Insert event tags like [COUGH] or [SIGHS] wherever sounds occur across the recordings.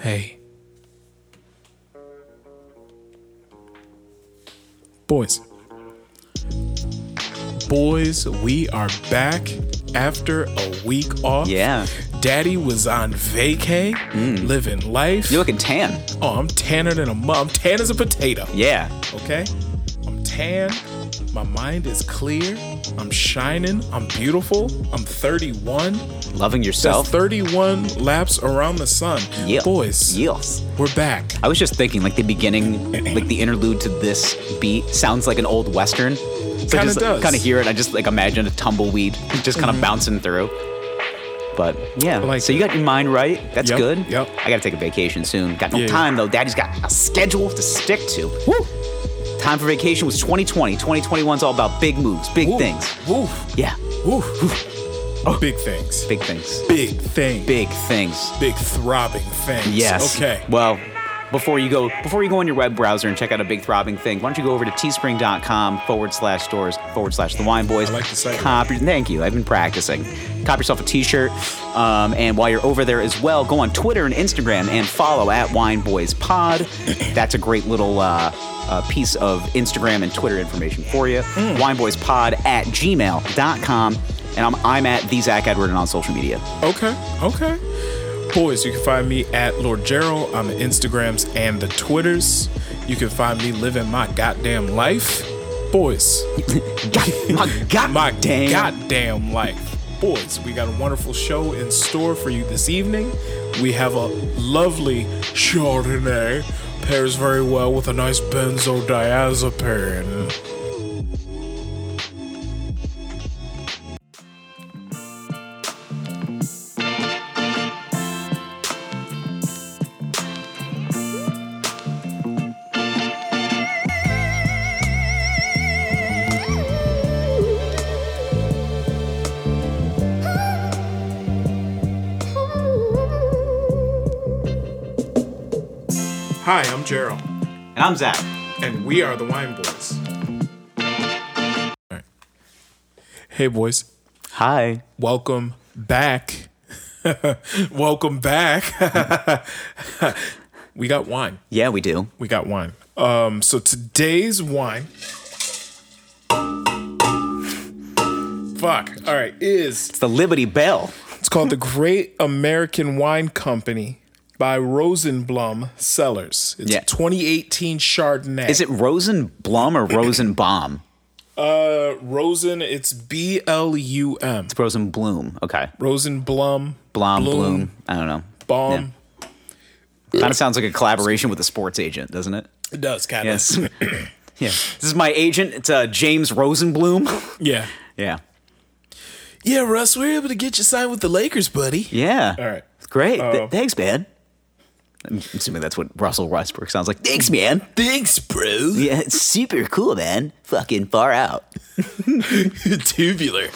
Hey, Boys, boys, we are back after a week off. Yeah. Mm. Daddy was on vacay, living life. You're looking tan. oh, I'm tanner than a mom. I'm tan as a potato. Yeah. okay? I'm tan. My mind is clear. I'm shining. I'm beautiful. I'm 31. Loving That's yourself. 31 laps around the sun. Yeah. Boys, Yes. we're back. I was just thinking, like the beginning, like the interlude to this beat sounds like an old western. So I Kinda just does. Mm-hmm. kind of hear it. I just like imagine a tumbleweed just kind of bouncing through. But yeah, like so you got your mind right. That's Yep, good. yep. I gotta take a vacation soon. Got no Yeah. time though. Daddy's got a schedule to stick to. Woo! Time for vacation was 2020. 2021's all about big moves, big Woo, things. Woo. Yeah, Woo. Oh. Big things. big things, Big thing. big things. Big throbbing things. Yes. Okay. Well, before you go, before you go on your web browser and check out a big throbbing thing, why don't you go over to teespring.com forward slash stores forward slash the wine boys. I like the site. Copy, thank you. I've been practicing. Cop yourself a t-shirt. Um, and while you're over there as well, go on Twitter and Instagram and follow at Wine [COUGHS] Boys Pod. That's a great little uh, uh, piece of Instagram and Twitter information for you. Hmm. Wine Boys Pod at gmail.com. And I'm, I'm at the Zach Edward and on [LAUGHS] social media. Okay, okay. Boys, you can find me at Lord Gerald on the Instagrams and the Twitters. You can find me living my goddamn life. Boys, God, my God, my damn. goddamn life. Boys, we got a wonderful show in store for you this evening. We have a lovely Chardonnay. Pairs very well with a nice benzodiazepine. Hi, I'm Gerald, And I'm Zach. and we are the Wine Boys. All right. Hey, boys. Hi. welcome back. [LAUGHS] welcome back. [LAUGHS] we got wine. Yeah, we do. We got wine. Um, so today's wine. Fuck. All right, is It's the Liberty Bell. it's called the Great American Wine Company by Rosenblum Cellars. It's Yeah. a 2018 Chardonnay. Is it Rosenblum or Rosenbaum? uh Rosen? It's B L U M. It's Rosenblum. Okay. Rosenblum. Blom, Bloom. I don't know. Bomb. Kind of sounds like a collaboration with a sports agent, doesn't it? It does kind of. Yes. [CLEARS THROAT] yeah. This is my agent. It's uh, James Rosenblum. Yeah. [LAUGHS] yeah. Yeah, Russ, we were able to get you signed with the Lakers, buddy. Yeah. All right. Great. Th- Uh, thanks, man. I'm assuming that's what Russell Westbrook sounds like. Thanks, man. Thanks, bro. Yeah, it's super cool, man. Fucking far out. [LAUGHS] Tubular.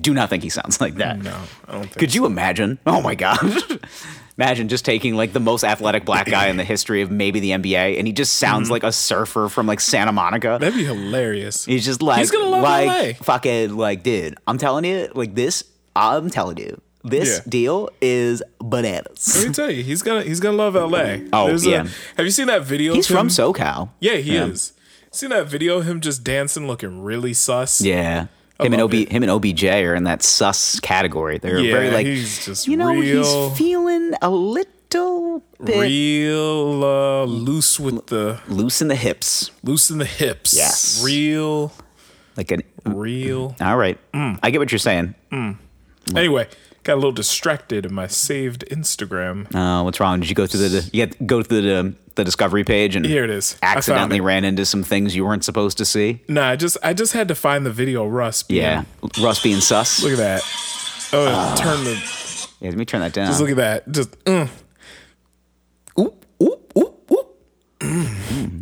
Do not think he sounds like that. No, I don't think. Uh, Could you imagine? Oh my god. [LAUGHS] imagine just taking like the most athletic black guy in the history of maybe the NBA and he just sounds Mm-hmm. like a surfer from like Santa Monica. That'd be hilarious. He's just like He's gonna love like LA. fucking like dude, I'm telling you, like this I'm telling you. This Yeah. deal is bananas. Let me tell you, he's gonna he's gonna love L.A. Oh, There's a- yeah. have you seen that video? He's of from him? SoCal. Yeah, he is. Seen that video of him just dancing, looking really sus. Yeah. Him and love OB it. him and OBJ are in that sus category. They're Yeah, very like he's just you know, real- he's feeling a little bit Real uh, loose with the loose in the hips. loose in the hips. Yes. Real, Like an real. All right. Mm. I get what you're saying. Anyway, got a little distracted in my saved Instagram. Uh, what's wrong? Did you go through the you got, go through the the discovery page and Here it is. I found Accidentally it. ran into some things you weren't supposed to see. Nah, I just I just had to find the video, Russ. being Yeah, Ah. Russ being sus. Look at that. Oh, turn the. Yeah, let me turn that down. Just look at that. Just. Mm. oop, oop, oop, oop. Mm,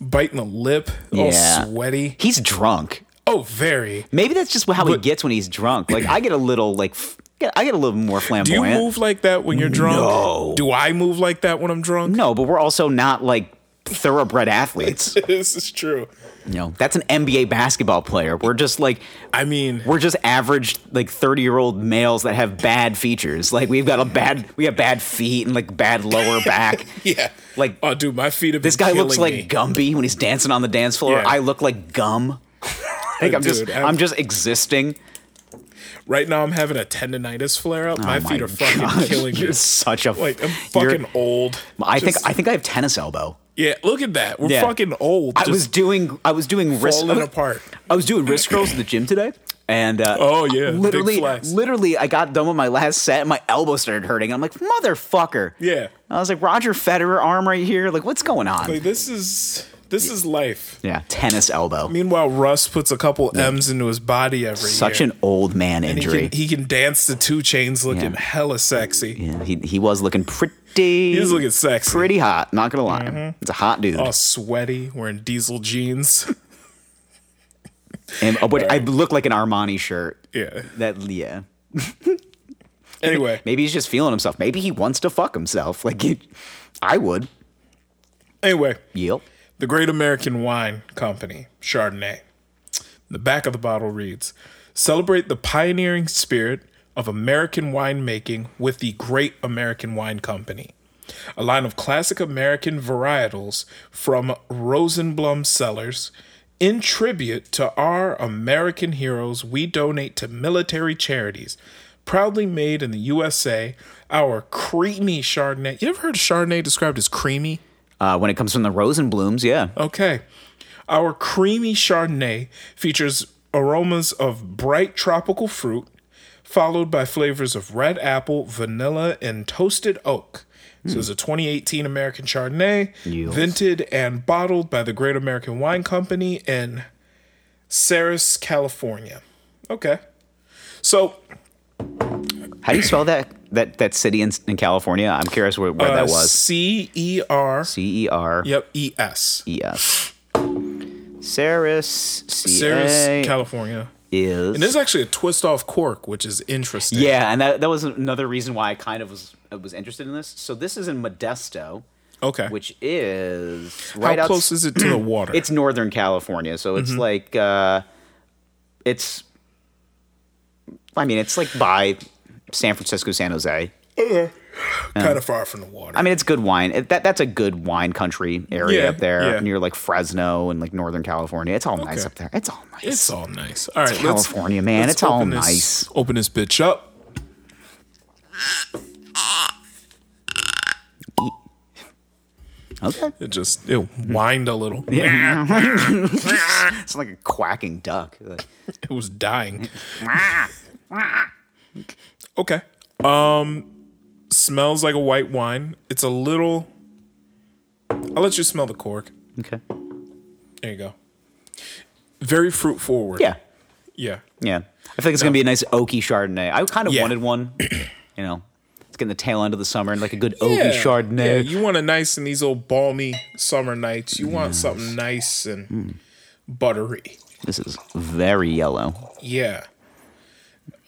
Biting the lip, all Yeah. sweaty. He's drunk. Oh, very. Maybe that's just how he gets when he's drunk. Like I get a little like f- I get a little more Do you flamboyant. move like that when you're drunk? No. Do I move like that when I'm drunk? [LAUGHS] No, but we're also not like thoroughbred athletes. [LAUGHS] this is true. You know, that's an NBA basketball player. We're just like I mean, we're just average like 30 year old males that have bad features. Like we've got a bad we have bad feet and like bad lower back. yeah. [LAUGHS] Like Oh, dude, my feet have this been guy looks like killing me. Gumby when he's dancing on the dance floor. Yeah. I look [LAUGHS] like gum. like I'm just Dude, I'm, I'm- just existing. right now. I'm having a tendonitis flare up. my, Oh feet are fucking gosh, killing me. [LAUGHS] You're such a Like I'm you're- fucking old. I think Just- I think I have tennis elbow. yeah. Look at that. We're Yeah. fucking old. I was doing I was doing wrist falling I was- apart. I was doing wrist curls in the gym today. And uh, Oh, yeah, big literally, flex. literally, I got done with my last set, and my elbow started hurting. I'm like, motherfucker! Yeah. I was like, Roger Federer arm right here. Like, what's going on? Like this is this is life. yeah, tennis elbow. Meanwhile, Russ puts a couple M's into his body every Such year. an old man And he injury. can, he can dance the two chains looking Yeah. hella sexy. yeah, he he was looking pretty. He's looking Mm-hmm. sexy. pretty hot. Not gonna lie, it's a hot dude. All sweaty, wearing diesel jeans. [LAUGHS] And, uh, but I look like an Armani shirt. yeah. That yeah. Anyway, Maybe he's just feeling himself. Maybe he wants to fuck himself. Like, [LAUGHS] he, I would. anyway, Yep. the Great American Wine Company, Chardonnay. The back of the bottle reads Celebrate the pioneering spirit of American winemaking with the Great American Wine Company, a line of classic American varietals from Rosenblum Cellars. In tribute to our American heroes, we donate to military charities. Proudly made in the USA, our creamy Chardonnay. You ever heard of Chardonnay described as creamy? Uh, when it comes from the Rosenblums, yeah. Okay. Our creamy Chardonnay features aromas of bright tropical fruit, followed by flavors of red apple, vanilla, and toasted oak. So it's a 2018 American Chardonnay, Yields. vented and bottled by the Great American Wine Company in Ceres, California. Okay. So How do you spell that that that city in, in California? I'm curious where, where that Uh, was. C E R. C E R Yep, E S. E S. Ceres C Ceres, A California. And is there's actually a twist off cork, which is interesting. yeah, and that, that was another reason why I kind of was I was interested in this. So this is in Modesto, Okay. which is How right outs- close is Mm-hmm. it to [CLEARS THROAT] the water? It's Northern California, so it's like uh, it's. I mean, it's like by San Francisco, San Jose. kind of far from the water. I mean, it's good wine. It, that that's a good wine country area Yeah, up there yeah. near like Fresno and like Northern California. It's all nice Okay. up there. It's all nice. it's all nice. All right, let's- California, man. let's It's all open this- nice. Open this bitch up. [LAUGHS] okay. It just it whined a little. [LAUGHS] It's like a quacking duck. Like, It was [LAUGHS] dying. okay. Um, smells like a white wine. It's a little. I'll let you smell the cork. okay. There you go. Very fruit forward. Yeah. Yeah. Yeah. I feel like it's gonna be a nice oaky Chardonnay. I kind of Yeah. wanted one. [CLEARS THROAT] You know, it's getting the tail end of the summer and like a good Yeah. oaky Yeah, Chardonnay. you want a nice in these old balmy summer nights. You want something nice and Mm. buttery. This is very yellow. Yeah.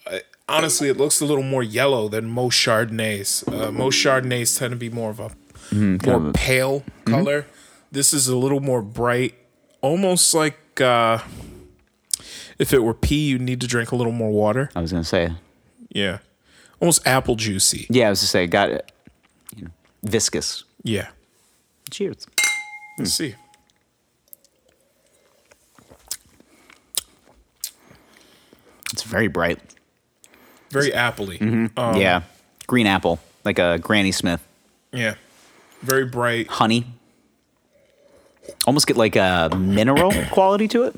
I, honestly, it looks a little more yellow than most Chardonnays. Uh, most Chardonnays tend to be more of a more pale color. This is a little more bright, almost like uh, if it were pea, you need to drink a little more water. I was gonna say. Yeah. Almost apple juicy. Yeah, I was gonna say. Got it. You know, viscous. Yeah. Cheers. Let's see. It's very bright. Very appley. Um, yeah. Green apple, like a Granny Smith. Yeah. Very bright. honey. Almost get like a [COUGHS] mineral quality to it.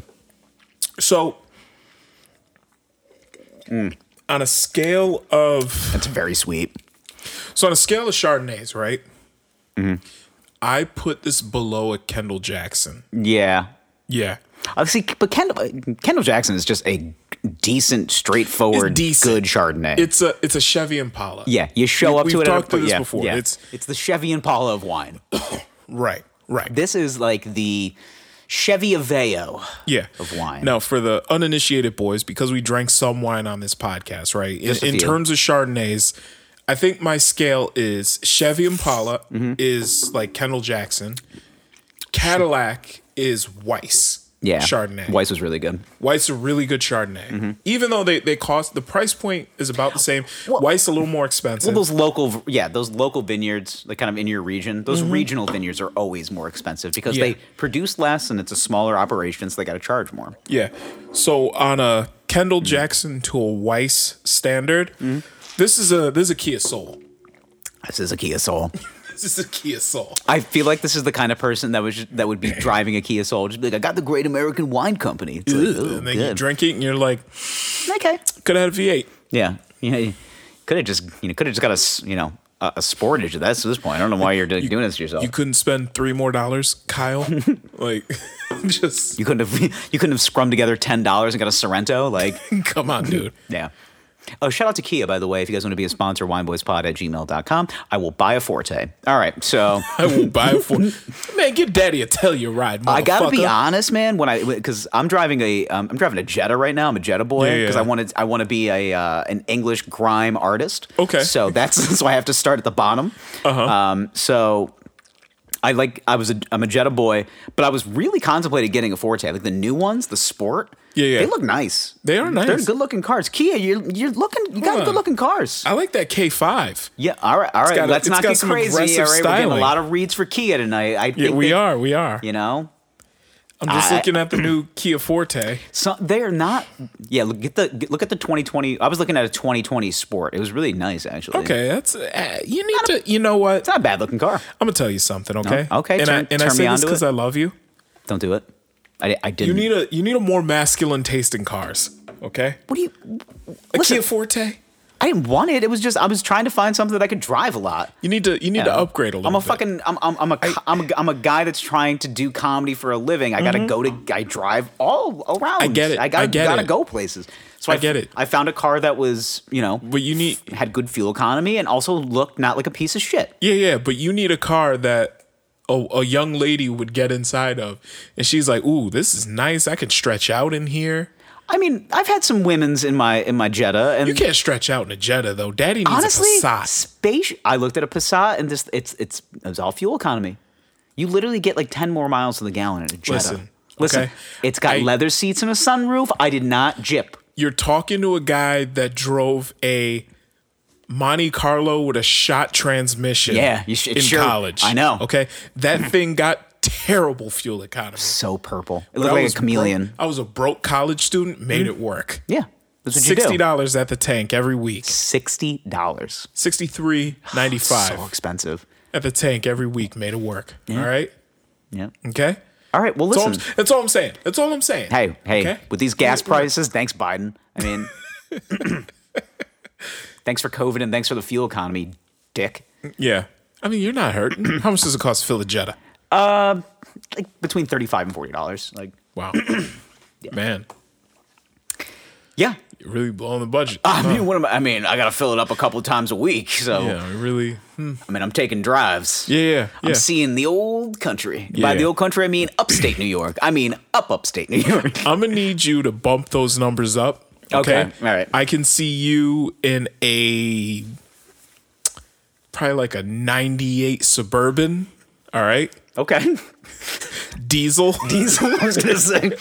So, on a scale of That's very sweet. so on a scale of Chardonnays, right? Mm-hmm. I put this below a Kendall Jackson. Yeah. Yeah, I see, but Kendall, uh, Kendall Jackson is just a decent, straightforward, It's decent. good Chardonnay. it's a it's a Chevy Impala. yeah, you show We- up to we've it. talked at a, to this yeah, before. yeah. It's- it's the Chevy Impala of wine. right, right. This is like the Chevy Aveo. yeah, of wine. Now, for the uninitiated boys, because we drank some wine on this podcast, right? In, a in few. terms of Chardonnays, I Mm-hmm. think my scale is Chevy Impala is like Kendall Jackson. Cadillac is Weiss. Yeah. Chardonnay. Weiss was really good. Weiss a really good Chardonnay. Mm-hmm. Even though they, they cost the price point is about the same. Weiss a little more expensive. Well, those local, yeah, those local vineyards, like kind of in your region, those regional vineyards are always more expensive because Mm-hmm. Yeah. they produce less and it's a smaller operation, so they got to charge more. yeah. So on a Kendall Mm. Jackson to a Weiss standard, this is a this is a Kia Soul. This is a Kia Soul. This is a Kia Soul. I feel like this is the kind of person that was that would be driving a Kia Soul, just be like, I got the Great American Wine Company. It's like, "Ooh, and then you good. drink it and you're like, okay. could have had a V8. Yeah, yeah. Could have just you know could have just got a s- you know a, a Sportage at this this point. I don't know why you're doing this to yourself. You You, couldn't spend three more dollars, [LAUGHS] Kyle. like, [LAUGHS] just couldn't have [LAUGHS] you couldn't have scrummed together ten dollars and got a Sorrento. Like [LAUGHS] come on, dude. yeah. Oh, shout out to Kia, by the way. If you guys want to be a sponsor, wineboyspod at gmail.com. I will buy a Forte. All right. So I will buy [LAUGHS] it for man. Get daddy a Telluride. Motherfucker. I got to be honest, man. When I, because I'm driving a, um, I'm driving a Jetta right now. I'm a Jetta boy Yeah, yeah. because I wanted, I want to be a, uh, an English grime artist. Okay. So that's, [LAUGHS] so I have to start at the bottom. Uh-huh. Um, so I like I was a I'm a Jetta boy, but I was really contemplating getting a Forte, like the new ones, the Sport. Yeah, yeah. They look nice. They are They're nice. good looking cars. Kia, you're you're looking. You on. got good looking cars. I like that K [LAUGHS] five. yeah. All right. All right. got a- Let's it's not got get some crazy. All right. aggressive We're getting a styling. lot of reads for Kia tonight. I Yeah, think we they- are. We are. You know. I'm just I- looking at the new Kia Forte. So they're not. Yeah, look at the get- look at the 2020. I was looking at a 2020 Sport. It was really nice, actually. Okay, that's uh, you need to. You know what? it's not a bad looking car. I'm gonna tell you something. Okay. No? Okay, And turn- I and I turn me say this onto because it. I love you. Don't do it. I, di- I You didn't. need a you need a more masculine taste in cars. Okay. what do you? A Listen, Kia Forte. I didn't want it. It was just I was trying to find something that I could drive a lot. You need to you need to upgrade a little. I'm a bit. fucking I'm I'm, I'm a co- I'm a I'm a guy that's trying to do comedy for a living. I gotta go to I drive all around. I get it. I gotta Mm-hmm. I get gotta it. go places. So I f- get it. I found a car that was you know But you need had good fuel economy and also looked not like a piece of shit. Yeah, yeah, but you need a car that a, a young lady would get inside of, and she's like, "Ooh, this is nice. I can stretch out in here." I mean, I've had some women's in my in my Jetta, and You can't stretch out in a Jetta though. Daddy needs honestly, a Passat. space. I looked at a Passat, and this it's it's it was all fuel economy. You literally get like ten more miles to the gallon in a Jetta. Listen, okay. it's got I- leather seats and a sunroof. I did not jip. You're talking to a guy that drove a Monte Carlo with a shot transmission. Yeah, you sh- it in sure- college. I know. Okay, [LAUGHS] that thing got terrible fuel economy. So purple. It I looked like was a chameleon. broke- I was a broke college student. Made it work. Yeah, that's what Sixty you do. dollars at the tank every [SIGHS] week. Sixty dollars. Sixty three ninety five. So expensive. at the tank every week made it work. All right. Yeah. Okay. All right. Well, That's all, listen. I'm, that's all I'm saying. That's all I'm saying. Hey, hey. Okay? With these gas prices, thanks Biden. [LAUGHS] I mean, thanks for COVID and thanks for the fuel economy, dick. Yeah. I mean, you're not [CLEARS THROAT] hurting. How much does it cost to fill a Jetta? like between thirty five and forty dollars. Like Wow. [CLEARS THROAT] Man, yeah, you're really blowing the budget. I mean, what am I, I mean, I gotta fill it up a couple times a week. So yeah, we really. I mean, I'm taking drives. Yeah, yeah, Oh. I'm yeah. seeing the old country. By Yeah. the old country, I mean upstate New York. I mean up upstate New York. [LAUGHS] I'm going to need you to bump those numbers up. Okay? Okay, all right. I can see you in a probably like a 98 Suburban. All right. Okay, Diesel. diesel. [LAUGHS] I was gonna say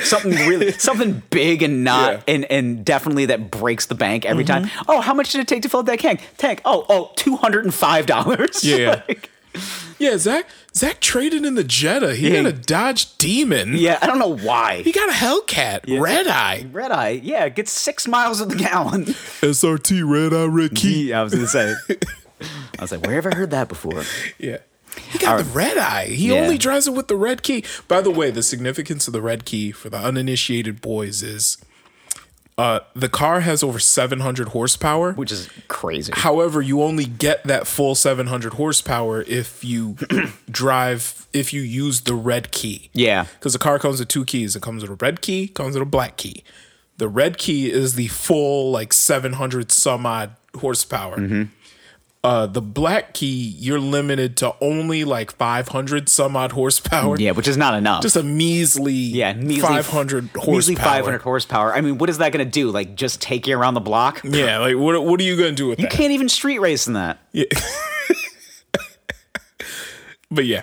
something really, something big and not, Yeah. and and definitely that breaks the bank every time. Oh, how much did it take to fill up that tank? Tank. Oh, oh, two hundred and five dollars. Yeah, yeah. [LAUGHS] Like, [LAUGHS] Yeah, Zach. Zach traded in the Jetta. He Yeah. had a Dodge Demon. yeah. I don't know why. He got a Hellcat, red eye. Red eye. Yeah, it gets six miles of the [LAUGHS] gallon. SRT, red eye, red key. Yeah, I was gonna say. I was like, where have I heard that before? Yeah. He got the red eye. He Yeah. only drives it with the red key. By the way, the significance of the red key for the uninitiated boys is uh, the car has over 700 horsepower. Which is crazy. However, you only get that full 700 horsepower if you [CLEARS THROAT] drive, if you use the red key. Yeah. Because the car comes with two keys. It comes with a red key, comes with a black key. The red key is the full like 700 some odd horsepower. Mm-hmm. Uh, the black key, you're limited to only like 500 some odd horsepower. Yeah, which is not enough. Just a measly, yeah, measly, 500 horsepower. Measly 500 horsepower. I mean, what is that going to do? Like, just take you around the block? You Yeah, like what, what are you going to do with that? can't even street race in that. But yeah.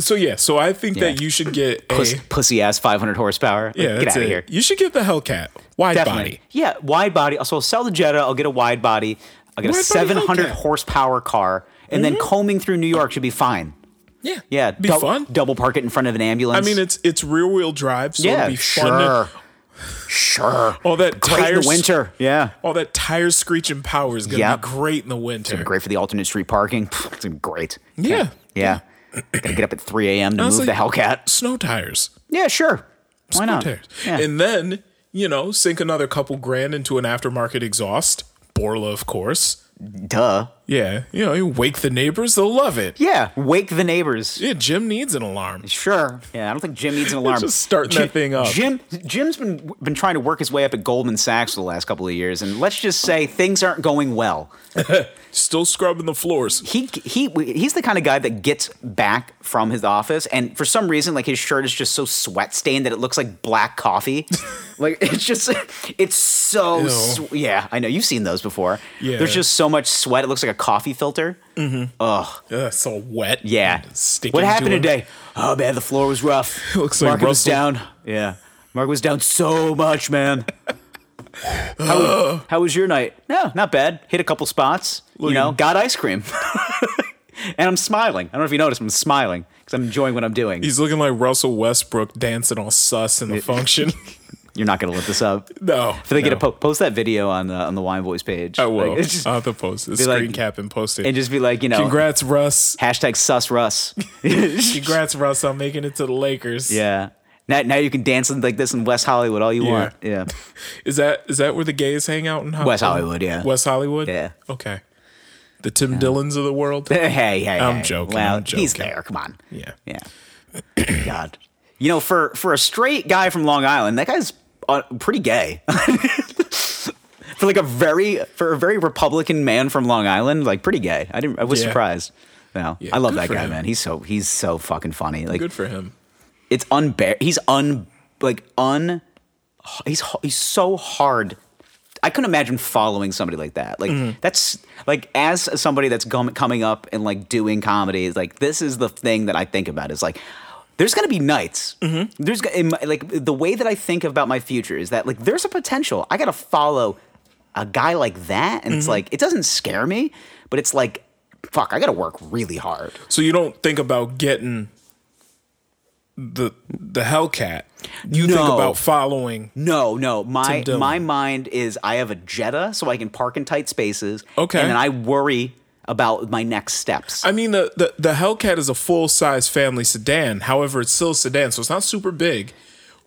So yeah, so I think that Yeah. you should get a Puss, pussy ass 500 horsepower. Like, yeah. get that's out of it. here. You should get the Hellcat wide Definitely. body. Yeah, wide body. So I'll sell the Jetta. I'll get a wide body. I'll get Wide body a 700 Hellcat. horsepower car, and then combing through New York should be fine. Yeah, Yeah, be dou- fun. Double park it in front of an I ambulance. mean, it's it's rear wheel drive, so yeah, it'll be fun. sure, to- sure. all that Great tire in the winter. Yeah, all that tire screeching power is gonna Yep. be great in the winter. great for the alternate street parking. Pfft, It's gonna be great. Yeah. yeah. Gotta get up at 3 a.m. to was move the like- Hellcat. Snow tires. Yeah, sure. Why Snow not? tires. Yeah. And then, you know, sink another couple grand into an aftermarket exhaust. Borla, of course. Duh. Yeah. You know, you wake the neighbors, they'll love it. Yeah, wake the neighbors. Yeah, Jim needs an alarm. Sure. Yeah, I don't think Jim [LAUGHS] needs an alarm. Just starting that thing up. Jim, Jim's been been trying to work his way up at Goldman Sachs for the last couple of years, and let's just say things aren't going well. Still scrubbing the floors. He he he's the kind of guy that gets back from his office, and for some reason, like his shirt is just so sweat stained that it looks like [LAUGHS] black coffee. like it's just it's so Ew. sw- yeah. I know you've seen those before. Yeah. There's just so much sweat. It looks like a coffee filter. Ugh, it's all wet. Yeah. and sticking what to happened him. today? Oh man, the floor was rough. [LAUGHS] Looks like Market was Russell- down. Yeah. Market was down so much, [LAUGHS] man. how, how was your night? No, not bad. Hit a couple spots. you know, him. got ice cream. [LAUGHS] and I'm smiling. I don't know if you noticed, but I'm smiling because I'm enjoying what I'm doing. He's looking like Russell Westbrook dancing all sus in the function. [LAUGHS] You're not gonna look this up. If no. If they get a po- post that video on uh, on the Wine Boys page. I will. Uh, Like, it's [LAUGHS] just- I'll have to post it. like- Screen cap and post it. and just be like, you know, Congrats, Russ. hashtag [LAUGHS] sus Russ. [LAUGHS] Congrats, Russ, on making it to the Lakers. yeah. Now, now you can dance like this in West Hollywood all you Yeah. want. Yeah. Is that is that where the gays hang out in Hollywood? West Hollywood, yeah. West Hollywood? Yeah. Okay. The Tim Dillons of the [LAUGHS] world? hey, hey, hey. I'm joking, Well, I'm he's joking. there. Come on. Yeah. Yeah. [CLEARS THROAT] God. You know, for for a straight guy from Long Island, that guy's uh, pretty gay. [LAUGHS] for like a very for a very Republican man from Long Island, like pretty gay. I didn't. I was Yeah. surprised. No, I love good that for guy, him. man. He's so he's so fucking funny. Like Good for him. it's unbear. He's un like un. He's h- he's so hard. I couldn't imagine following somebody like that. Like that's like as somebody that's gum- coming up and like doing comedy is like this is the thing that I think about is like there's gonna be nights. There's go- in my, like the way that I think about my future is that like there's a potential. I gotta follow a guy like that, and it's like it doesn't scare me, but it's like fuck, I gotta work really hard. So you don't think about getting the the Hellcat. You think No. about following No, no. My Dillon. my mind is I have a Jetta, so I can park in tight spaces. Okay. and then I worry about my next steps. I mean the, the, the Hellcat is a full size family sedan. However, it's still a sedan, so it's not super big.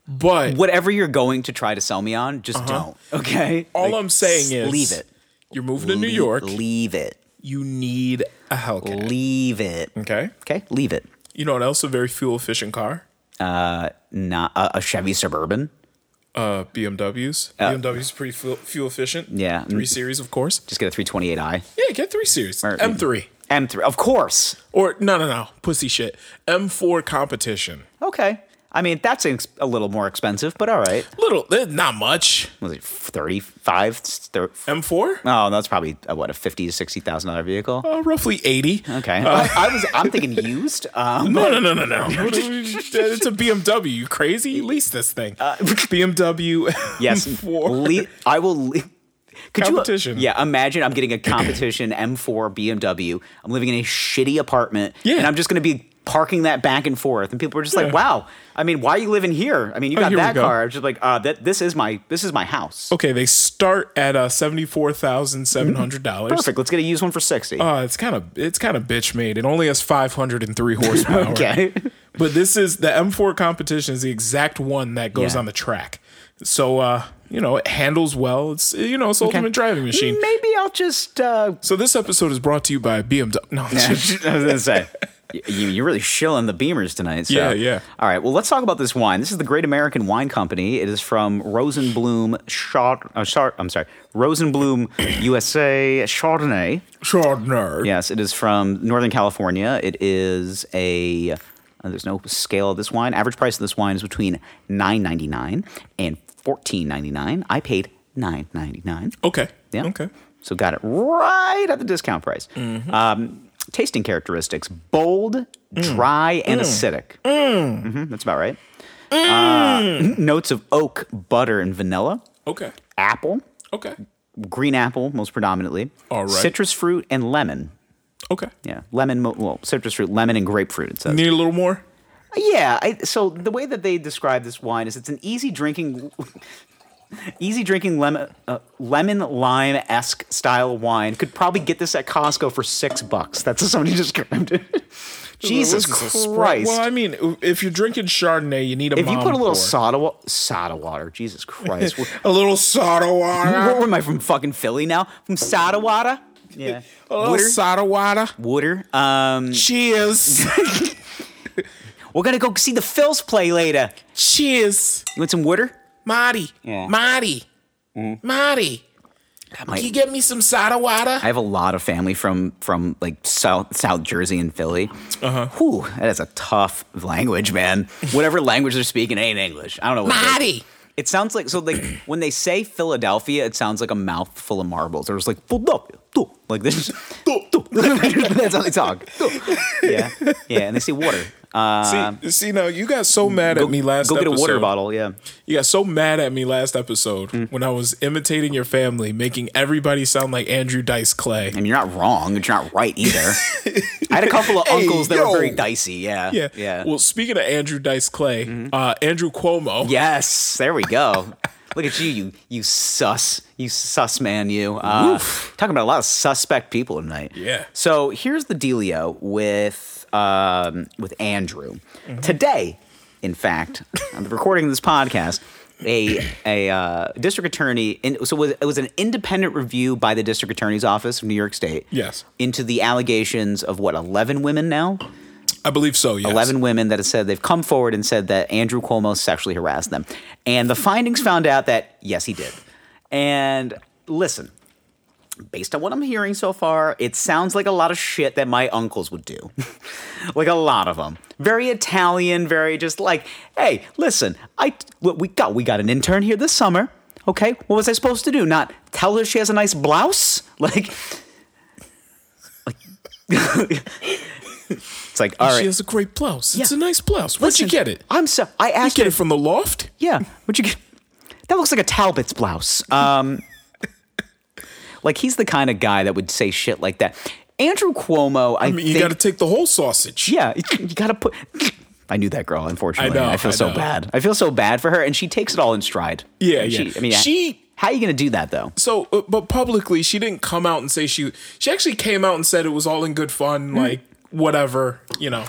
But Whatever you're going to try to sell me on, just don't. Okay. Uh-huh. all Like, I'm saying s- is leave it. You're moving to New York. Leave it. You need a Hellcat. Leave it. Okay. Okay. Leave it. Uh, You know what else? A very fuel efficient car. Not a, a Chevy Suburban. Uh, BMWs. BMWs pretty fuel, fuel efficient. Uh, Yeah. Three series, of course. Just get a 328i. Yeah, get three series. Or- M3. M3, of course. Or no, no, no, pussy shit. M4 competition. Okay. I mean, that's ex- a little more expensive, but all right. Little, eh, not much. Was it 35? Thir- M4, Oh, that's probably uh, what a fifty to sixty thousand dollar vehicle. uh, roughly eighty. Okay, I, I was I'm thinking used. Um, No, no, no, no, [LAUGHS] no. What are we- it's a BMW. You crazy? You lease this thing. [LAUGHS] BMW. Uh, [LAUGHS] yes, M4. Le- I will. Le- could Competition. You, yeah, imagine I'm getting a competition M4 BMW. I'm living in a shitty apartment, Yeah. and I'm just going to be parking that back and forth. And people are just like, Yeah. Oh, "Wow, I mean, why are you living here? I mean, you got here we that go. Oh, car." I'm just like, "Uh, that this is my this is my house. Okay, they start at uh, seventy four thousand seven hundred dollars. Perfect. Let's get a used one for sixty. Uh, it's kind of it's kind of bitch made. It only has five hundred and three horsepower. [LAUGHS] okay, But this is the M4 competition is the exact one that goes Yeah. on the track. So uh, you know, it handles well. It's you know, it's ultimate driving machine. maybe I'll just uh, So this episode is brought to you by BMW. No, [LAUGHS] I was gonna say. y- You, you're really shilling the Beamers tonight. So. Yeah, yeah. All right. Well, let's talk about this wine. This is the Great American Wine Company. It is from Rosenblum Chard. Uh, Chard I'm sorry, Rosenblum [COUGHS] USA Chardonnay. Chardonnay. Yes, it is from Northern California. It is a. uh, there's no scale of this wine. Average price of this wine is between nine ninety nine and fourteen ninety nine. I paid nine ninety nine. Okay. Yeah. Okay. Mm-hmm. So got it right at the discount price. Um, tasting characteristics bold, Mm. dry, and acidic. hmm that's about right. Mm. Uh, notes of oak, butter, and vanilla, Okay. apple, Okay. green apple, most predominantly, All right. citrus fruit, and lemon. Okay. Yeah, lemon, mo- well, citrus fruit, lemon, and grapefruit, it says. Need a little more? Yeah. I, so the way that they describe this wine is it's an easy drinking, easy drinking lemon uh, lemon lime esque style wine. Could probably get this at Costco for six bucks. That's what somebody [LAUGHS] described it. Jesus This is a Christ! spr- Well, I mean, if you're drinking Chardonnay, you need a if you mom put a little pour. soda wa- soda water, [LAUGHS] Jesus Christ! where, a little soda [LAUGHS] water, where am I from? Fucking Philly now? From soda water? Yeah. a little Water. soda water. Water. Um, Cheers. we're gonna go see the Phils play later. Cheers. You want some water? Marty. Yeah. Marty. Marty. might- Can you get me some soda water? I have a lot of family from from like South South Jersey and Philly. Uh-huh. Uh huh. Whew, that is a tough language, man. Whatever language they're speaking it ain't English. I don't know. What it is. Marty. It sounds like so like [CLEARS THROAT] when they say Philadelphia, it sounds like a mouthful of marbles. They're just like Philadelphia, do. like [LAUGHS] this. do, do. [LAUGHS] That's how they talk. Do. Yeah, yeah, and they [LAUGHS] say water. Uh, see, see, now you got so mad at me last go get episode. a water bottle. Mm. Yeah. You got so mad at me last episode when I was imitating your family, making everybody sound like Andrew Dice Clay. I mean, you're not wrong, but you're not [LAUGHS] right either. I had a couple of Hey, uncles that yo. were very dicey. Yeah. Yeah. Yeah. Mm-hmm. Well, speaking of Andrew Dice Clay, uh, Andrew Cuomo. Yes, there we go. Look at you, you you sus, you sus man, you. Uh, Talking about a lot of suspect people tonight. Yeah. So here's the dealio with um, with Andrew today. In fact, on the recording of this podcast, a a uh, district attorney. In, so it was, it was an independent review by the district attorney's office of New York State. Yes. Into the allegations of what eleven women now. I believe so. Yes. 11 women that have said they've come forward and said that Andrew Cuomo sexually harassed them. And the findings found out that, yes, he did. And listen, based on what I'm hearing so far, it sounds like a lot of shit that my uncles would do. [LAUGHS] like a lot of them. Very Italian, very just like, hey, listen, I what we got we got an intern here this summer. Okay, what was I supposed to do? Not tell her she has a nice blouse? [LAUGHS] Like, like [LAUGHS] it's like, all right. She has a great blouse. It's Yeah. a nice blouse. Where'd you Listen, get it? I'm so. I asked Get her. it from the loft? Yeah, would you get? That looks like a Talbot's blouse. Um, [LAUGHS] like he's the kind of guy that would say shit like that. Andrew Cuomo, I, I mean, you think. got to take the whole sausage. yeah, [LAUGHS] you gotta put. I knew that girl. Unfortunately, I know, feel I so know. bad. I feel so bad for her, and she takes it all in stride. Yeah, And yeah. She, I mean, She- How are you gonna do that though? So, uh, but publicly, she didn't come out and say she. She actually came out and said it was all in good fun, like whatever, you know.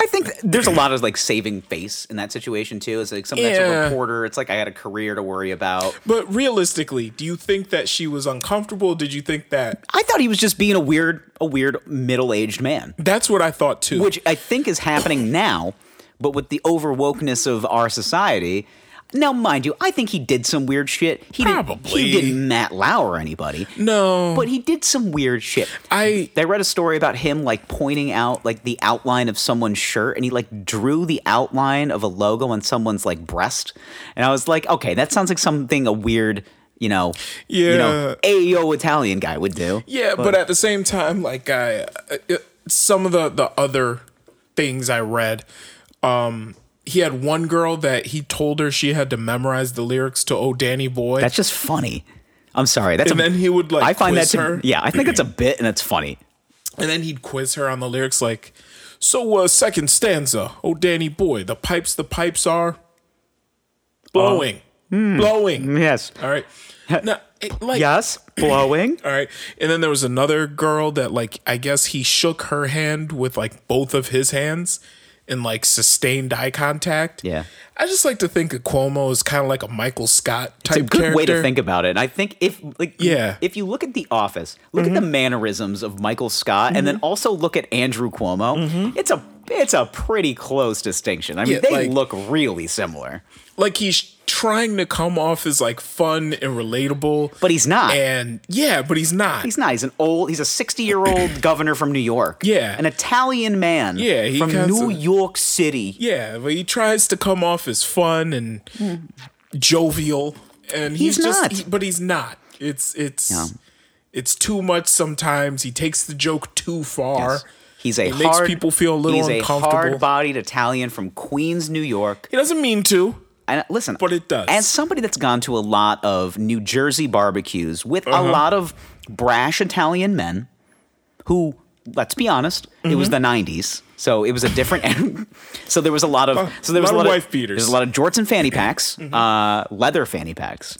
I think th- there's a lot of like saving face in that situation too. It's like someone that's Yeah. a reporter. It's like I got a career to worry about. But realistically, do you think that she was uncomfortable? Did you think that? I thought he was just being a weird, a weird middle-aged man. That's what I thought too. which I think is happening now, but with the over wokeness of our society. Now, mind you, I think he did some weird shit. He Didn't, Probably. he didn't Matt Lauer anybody, no, but he did some weird shit. I. I read a story about him like pointing out like the outline of someone's shirt, and he like drew the outline of a logo on someone's like breast, and I was like, okay, that sounds like something a weird, you know, you know, AO Italian guy would do. Yeah, but, at the same time, like I, uh, uh, some of the the other things I read, um, he had one girl that he told her she had to memorize the lyrics to "Oh Danny Boy," That's just funny. I'm sorry. That's and a, then he would like I find that quiz to, her, yeah, I think it's a bit and it's funny. and then he'd quiz her on the lyrics like, "So uh, second stanza, oh Danny Boy, the pipes the pipes Uh-huh. are blowing, Hmm. blowing." [LAUGHS] Yes. All right, now it, like Yes. Blowing. All right. And then there was another girl that like I guess he shook her hand with like both of his hands and like sustained eye contact. Yeah. I just like to think of Cuomo as kind of like a Michael Scott type It's a good character. way to think about it. And I think if like Yeah. Mm-hmm. if you look at The Office, look at the mannerisms of Michael Scott, and then also look at Andrew Cuomo. It's a it's a pretty close distinction. I mean, Mm-hmm. Yeah, they like- look really similar, Like he's trying to come off as like fun and relatable. but he's not. and yeah, but he's not. He's not. He's an old. He's [CLEARS THROAT] a sixty-year-old governor from New York. Yeah. an Italian man. Yeah, he from kinda- New York City. yeah, but he tries to come off as fun and jovial and he's, He's just not. he- but he's not. It's it's it's too much sometimes. He takes the joke too far. Yes. He's a It makes hard, people feel a little he's uncomfortable. a hard-bodied Italian from Queens, New York. He doesn't mean to. And uh, listen, But it does. As somebody that's gone to a lot of New Jersey barbecues with Uh-huh. a lot of brash Italian men, who, let's be honest, it Mm-hmm. was the '90s, so it was a different. [LAUGHS] so there was a lot of so there was lot a of lot wife beaters. Mm-hmm. There's a lot of jorts and fanny packs, uh, leather fanny packs.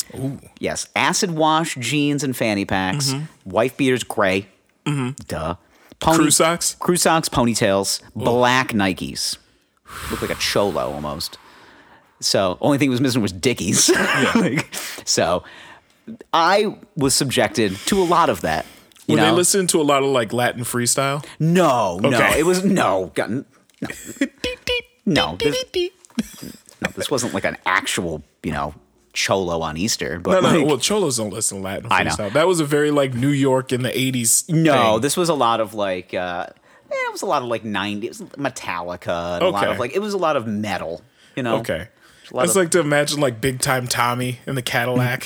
Yes, acid wash jeans and fanny packs. Wife beaters, gray. Duh. Pony, Mm-hmm. Crew socks? Crew socks, ponytails, black Nikes. Looked like a cholo almost. So only thing he was missing was Dickies. [LAUGHS] Like, so I was subjected to a lot of that. You Were know? they listening to a lot of like Latin freestyle? No, no, Okay. it was no, God, n- [LAUGHS] no, no. This, no, this wasn't like an actual, you know, cholo on Easter. No, But no. like, well, cholos don't listen to Latin freestyle. I know. That was a very like New York in the '80s. no, thing. this was a lot of like, uh, eh, it was a lot of like ninety, it was Metallica, and a lot Okay. of like, it was a lot of metal. You know, Okay. lot It's of- like to imagine like big time Tommy in the [LAUGHS] Cadillac.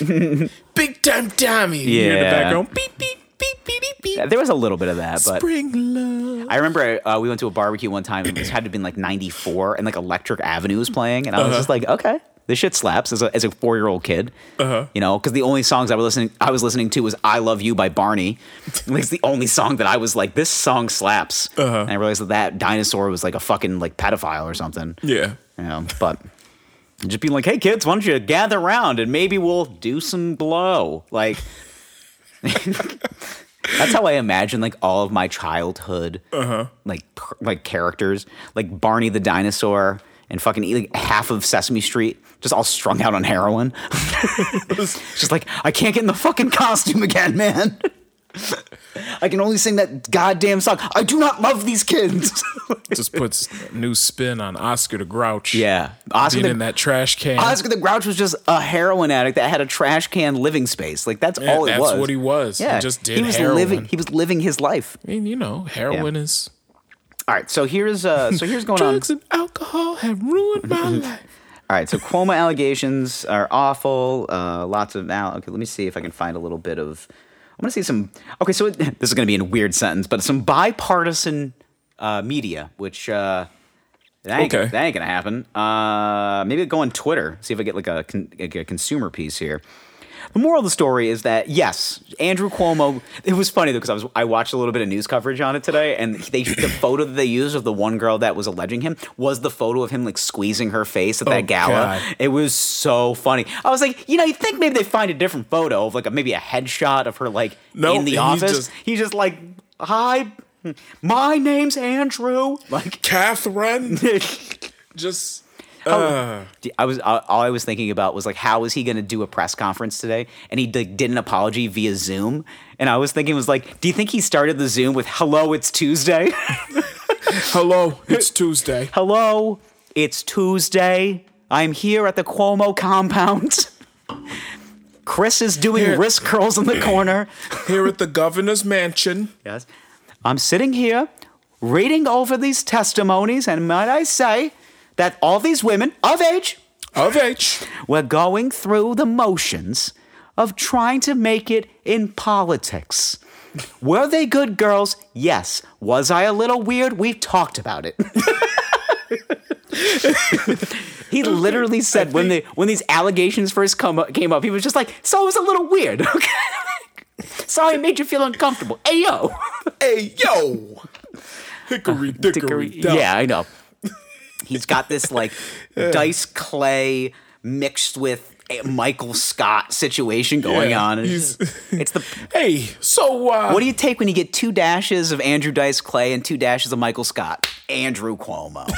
big time Tommy. You hear in the Yeah. background. Beep beep beep beep beep beep. Yeah, There was a little bit of that, but Spring love. I remember uh, we went to a barbecue one time. and It had to have been like '94, and like Electric Avenue was playing, and I was just like, "Okay, this shit slaps." As a, as a four year old kid, uh-huh. you know, because the only songs I was listening I was listening to was "I Love You" by Barney. [LAUGHS] Like, it's the only song that I was like, "This song slaps," and I realized that that dinosaur was like a fucking like pedophile or something. Yeah. [LAUGHS] You know, but just being like, "Hey kids, why don't you gather around and maybe we'll do some glow?" Like. [LAUGHS] That's how I imagine like all of my childhood, Uh-huh. like per- like characters, like Barney the dinosaur and fucking like half of Sesame Street, just all strung out on heroin. [LAUGHS] It's just like I can't get in the fucking costume again, man. [LAUGHS] I can only sing that goddamn song. I do not love these kids. [LAUGHS] Just puts a new spin on Oscar the Grouch. yeah, Oscar Being the, in that trash can. Oscar the Grouch was just a heroin addict that had a trash can living space. Like that's all it that's was. what he was. He Yeah, just did he was heroin. living. He was living his life. I mean, you know, heroin is All right, so here's uh, so here's going on. drugs and alcohol have ruined [LAUGHS] my life. All right, so Cuomo allegations are awful. Uh, lots of now. Okay, let me see if I can find a little bit of. I'm gonna see some. Okay, so it, this is gonna be in a weird sentence, but some bipartisan uh, media, which uh, that, ain't, Okay. that ain't gonna happen. Uh, maybe go on Twitter, see if I get like a, con- like a consumer piece here. The moral of the story is that yes, Andrew Cuomo. [LAUGHS] It was funny though because I was I watched a little bit of news coverage on it today, and they the photo that they used of the one girl that was alleging him was the photo of him like squeezing her face at that gala. Oh, God. It was so funny. I was like, you know, you think maybe they find a different photo of like a, maybe a headshot of her like No, in the he's office. just- he's just like, hi, my name's Andrew. Like, [LAUGHS] Catherine, just I was all all I was thinking about was like, how is he going to do a press conference today? And he like, did an apology via Zoom. And I was thinking, was like, do you think he started the Zoom with "Hello, it's Tuesday"? [LAUGHS] hello. It's Tuesday. Hello, it's Tuesday. I'm here at the Cuomo compound. [LAUGHS] Chris is doing Here. wrist curls in the corner. Here at the governor's mansion. Yes. I'm sitting here reading over these testimonies, and might I say that all these women of age of H. were going through the motions of trying to make it in politics. Were they good girls? Yes. Was I a little weird? We've talked about it. [LAUGHS] he literally said when the when these allegations first come up, came up, he was just like, "So it was a little weird." [LAUGHS] Okay. Sorry, it made you feel uncomfortable. Hey yo. Hey yo, hickory dickory. dock. Uh, Yeah, I know. [LAUGHS] He's got this like dice clay mixed with a Michael Scott situation going Yeah, on. It's, he's- [LAUGHS] it's the [LAUGHS] Hey, so uh, what do you take when you get two dashes of Andrew Dice Clay and two dashes of Michael Scott? Andrew Cuomo.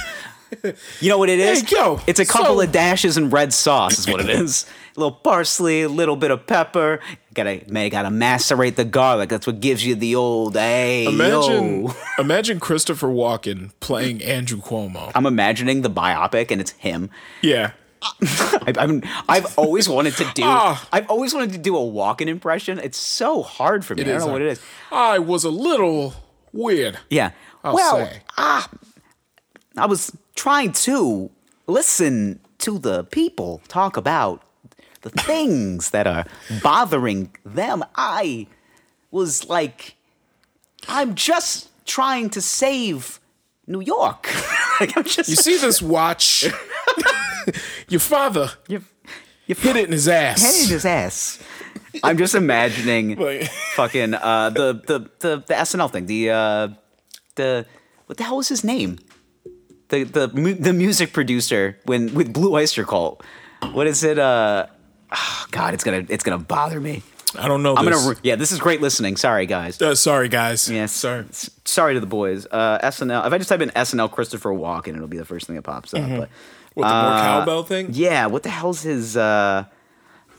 you know what it is? Hey, yo, it's a couple so- of dashes and red sauce is what it is. [LAUGHS] a little parsley, a little bit of pepper. Gotta man, gotta macerate the garlic. That's what gives you the old hey. imagine? yo. Imagine Christopher Walken playing Andrew Cuomo. I'm imagining the biopic and it's him. Yeah, I've, I've, I've always wanted to do. Ah. I've always wanted to do a walk-in impression. It's so hard for me. I don't know what it is. I was a little weird. Yeah. I'll well, say. I was trying to listen to the people talk about the things that are bothering them. I was like, I'm just trying to save New York. [LAUGHS] like, I'm just You see this [LAUGHS] watch? Your father you you hit it in his head in ass. his ass. I'm just imagining Like- fucking uh, the, the the the SNL thing. The uh, the what the hell was his name? The the mu- the music producer when with Blue Oyster Cult. What is it? Uh, oh, God, it's gonna it's gonna bother me. I don't know. I'm this. gonna re- yeah. This is great listening. Sorry guys. Uh, sorry, guys. Yes. Sorry. S- Sorry to the boys. Uh, SNL. If I just type in SNL Christopher Walken, it'll be the first thing that pops up. But What, the more cowbell thing? Uh, yeah, what the hell's his? uh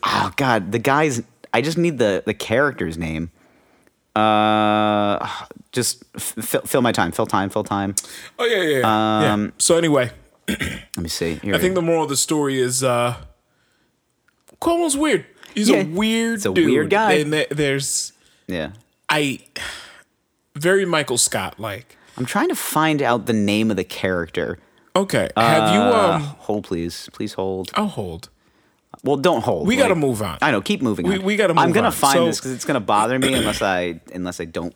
Oh God, the guy's. I just need the the character's name. Uh, just f- fill, fill my time. Fill time. Fill time. Oh, yeah, yeah, yeah. Um, yeah. So, anyway, Let me see. Here I think the moral of the story is uh, Cuomo's weird. He's Yeah. a weird a dude. weird guy. And there- there's, yeah. I, very Michael Scott like. I'm trying to find out the name of the character. Okay. Have you, Uh, um, hold please, please hold. I'll hold. Well, don't hold. We gotta like- move on. I know. Keep moving. We- on. we gotta I'm move gonna on. find So- this because it's gonna bother me unless I unless I don't.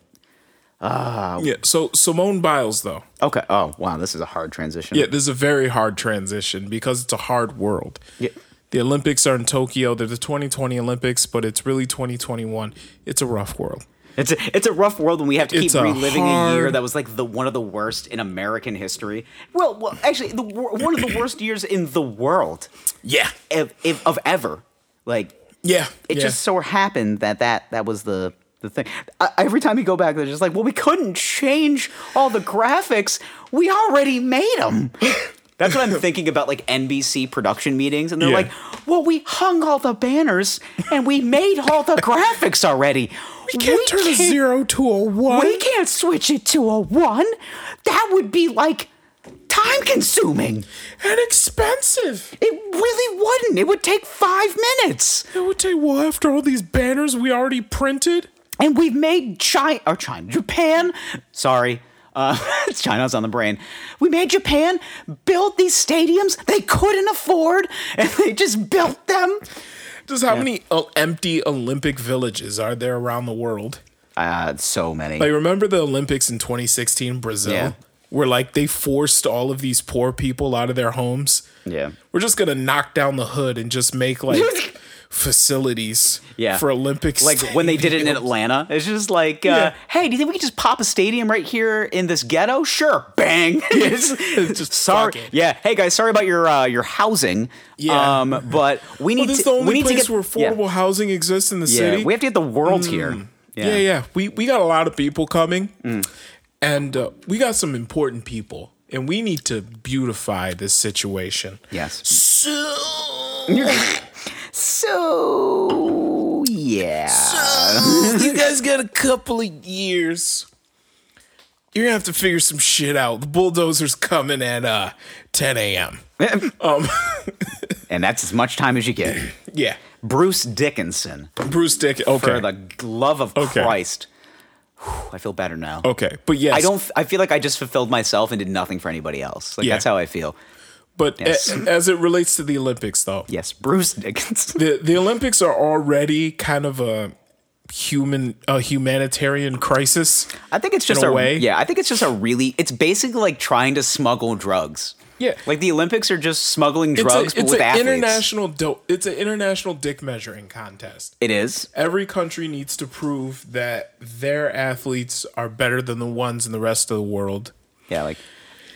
Yeah. So, Simone Biles, though. Okay. Oh wow, this is a hard transition. Yeah, this is a very hard transition because it's a hard world. Yeah. The Olympics are in Tokyo. They're the 2020 Olympics, but it's really 2021. It's a rough world. It's a, it's a rough world when we have to keep It's a reliving a year hard- that was like the one of the worst in American history. Well, well actually, the wor- one of the worst years in the world Yeah. if, if, of ever. Like Yeah. it just so happened that that that was the the thing. I, every time you go back, they're just like, well, we couldn't change all the graphics. We already made [LAUGHS] them. That's what I'm thinking about, like NBC production meetings, and they're Yeah. like, "Well, we hung all the banners and we made all the graphics already. We can't turn a can't- zero to a one. we can't switch it to a one. That would be like time consuming. and expensive. It really wouldn't. It would take five minutes. I would say, well, after all these banners we already printed, And we've made China, or China, Japan. Sorry, uh, [LAUGHS] it's China's on the brain. We made Japan build these stadiums they couldn't afford, and they just built them. just how many uh, empty Olympic villages are there around the world? Uh, so many. Like, remember the Olympics in 2016, Brazil, Yeah. where like they forced all of these poor people out of their homes? yeah. We're just gonna knock down the hood and just make like [LAUGHS] facilities Yeah. for Olympics. like when they did it in Atlanta. It's just like, uh, Yeah. hey, do you think we could just pop a stadium right here in this ghetto? Sure, [LAUGHS] bang. It's- just [LAUGHS] sorry, fuck it. yeah. Hey guys, sorry about your uh, your housing. Yeah. um, but we need well, this to. is the we only need place to get where affordable Yeah, housing exists in the yeah, city. Mm. we have to get the world here. yeah. yeah, We we got a lot of people coming, Mm. and uh, we got some important people, and we need to beautify this situation. Yes. So [LAUGHS] So yeah. Uh, you guys got a couple of years. You're gonna have to figure some shit out. The bulldozer's coming at uh 10 a.m. and that's as much time as you get. Yeah, Bruce Dickinson, Bruce Dick. Okay, for the g- love of Okay. Oh, Christ. Whew, I feel better now. okay, but yes, I don't. I feel like I just fulfilled myself and did nothing for anybody else. Like Yeah. that's how I feel. But a- Yes. as it relates to the Olympics, though, Yes, Bruce [LAUGHS] Dickinson. the the Olympics are already kind of a human a humanitarian crisis. I think it's just a a way. Yeah, I think it's just a really. It's basically like trying to smuggle drugs. Yeah. like the Olympics are just smuggling drugs, it's but with an athletes. international do- it's an international dick measuring contest. it is. Every country needs to prove that their athletes are better than the ones in the rest of the world. Yeah, like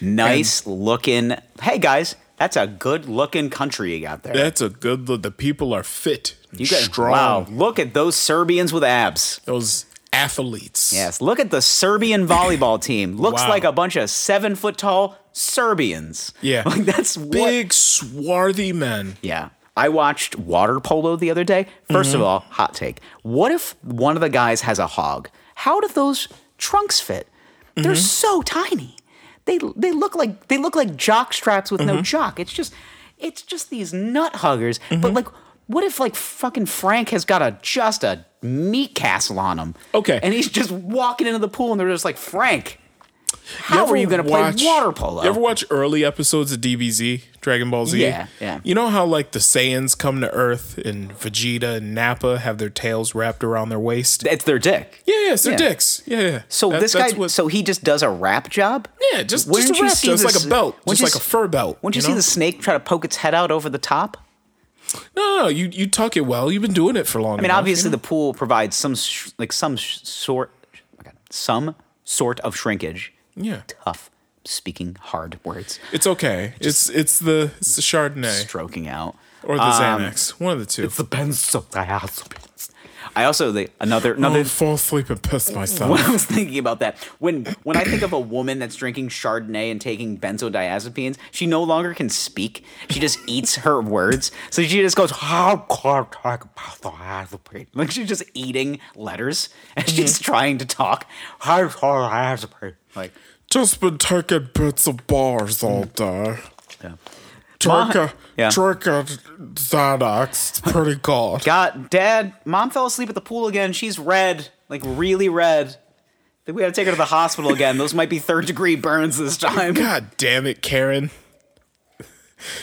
nice looking. Hey guys, that's a good looking country you got there. That's a good look. The people are fit, and you got strong. Wow, look at those Serbians with abs. Those athletes. Yes, look at the Serbian volleyball team. Looks Wow. like a bunch of seven foot tall Serbians. Yeah. [LAUGHS] like that's what Big, swarthy men. Yeah. I watched water polo the other day. 1st Mm-hmm. of all, hot take. What if one of the guys has a hog? How do those trunks fit? They're Mm-hmm. so tiny. They they look like they look like jock straps with Mm-hmm. no jock. It's just it's just these nut huggers. Mm-hmm. But like what if like fucking Frank has got a just a meat castle on him? Okay. And he's just walking into the pool and they're just like, Frank, How ever are you going to play watch- water polo? You ever watch early episodes of DBZ, Dragon Ball Z? Yeah, yeah. You know how like the Saiyans come to Earth and Vegeta and Nappa have their tails wrapped around their waist? it's their dick. Yeah, yeah, it's their Yeah. dicks. Yeah, yeah. So That- this guy, that's what- so he just does a rap job. yeah, just Wouldn't just a you wrap, see just this- like a belt, wouldn't just you like a s- fur belt. Wouldn't you, know? see the snake try to poke its head out over the top? No, no, no, you you tuck it well. You've been doing it for long. I mean, obviously the pool provides some sh- like some sh- sort, oh my God, some sort of shrinkage. Yeah, Tough speaking hard words, it's okay. it's it's the it's the Chardonnay stroking out. or the Xanax, one of the two. Um, The benzodiazepines. I also the another another I'll fall asleep and piss myself. I was thinking about that. When when I think of a woman that's drinking Chardonnay and taking benzodiazepines, she no longer can speak. She just eats her words. So she just goes, How can't talk benzodiazepine? Like she's just eating letters and she's trying to talk. Benzodiazepine. Like Just been taking bits of bars all day. yeah. Drink Ma- a, yeah. drink a Xanax. It's pretty good. God, Dad, Mom fell asleep at the pool again. She's red, like really red. Think we gotta take her to the hospital again. Those might be third degree burns this time. [LAUGHS] God damn it, Karen.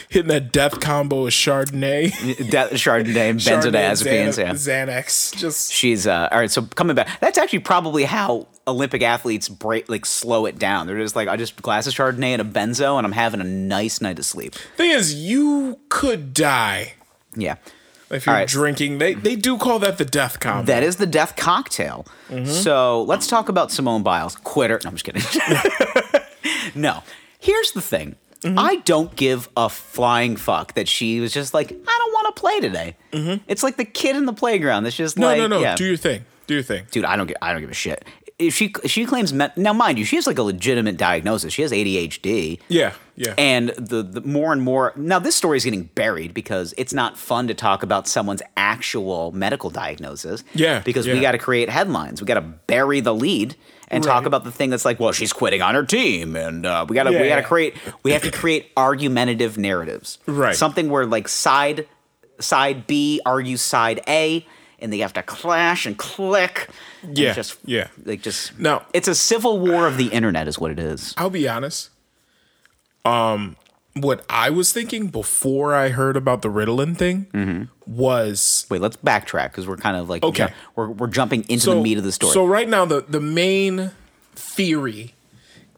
Hitting that death combo with Chardonnay. That Chardonnay and Chardonnay, benzodiazepines. yeah. Xana- Xanax. Just She's uh, all right. So coming back, that's actually probably how Olympic athletes break like slow it down. They're just like, I just glass of Chardonnay and a benzo, and I'm having a nice night of sleep. thing is, you could die Yeah, if you're All right. drinking. They they do call that the death combo. that is the death cocktail. Mm-hmm. So let's talk about Simone Biles, quitter. No, I'm just kidding. [LAUGHS] no, here's the thing. Mm-hmm. I don't give a flying fuck that she was just like, I don't want to play today. It's like the kid in the playground that's just Mm-hmm. no, like, no, no. yeah. Do your thing. Do your thing. dude, I don't give, I don't give a shit. If she she claims men- now, mind you, she has like a legitimate diagnosis. She has ADHD. Yeah, yeah. And the, the more and more now, this story is getting buried because it's not fun to talk about someone's actual medical diagnosis. Yeah, because yeah. we got to create headlines. We got to bury the lead and talk Right. about the thing that's like, well, she's quitting on her team, and uh, we gotta we Yeah. gotta create we have to create argumentative narratives. Right. something where like side side B argues side A, and they have to clash and click. and Yeah, just yeah. like just Now- it's a civil war of the internet, is what it is. I'll be honest. Um, what I was thinking before I heard about the Ritalin thing Mm-hmm. was Wait, let's backtrack because we're kind of like Okay. ju- we're we're jumping into the meat of the story. So right now, the the main theory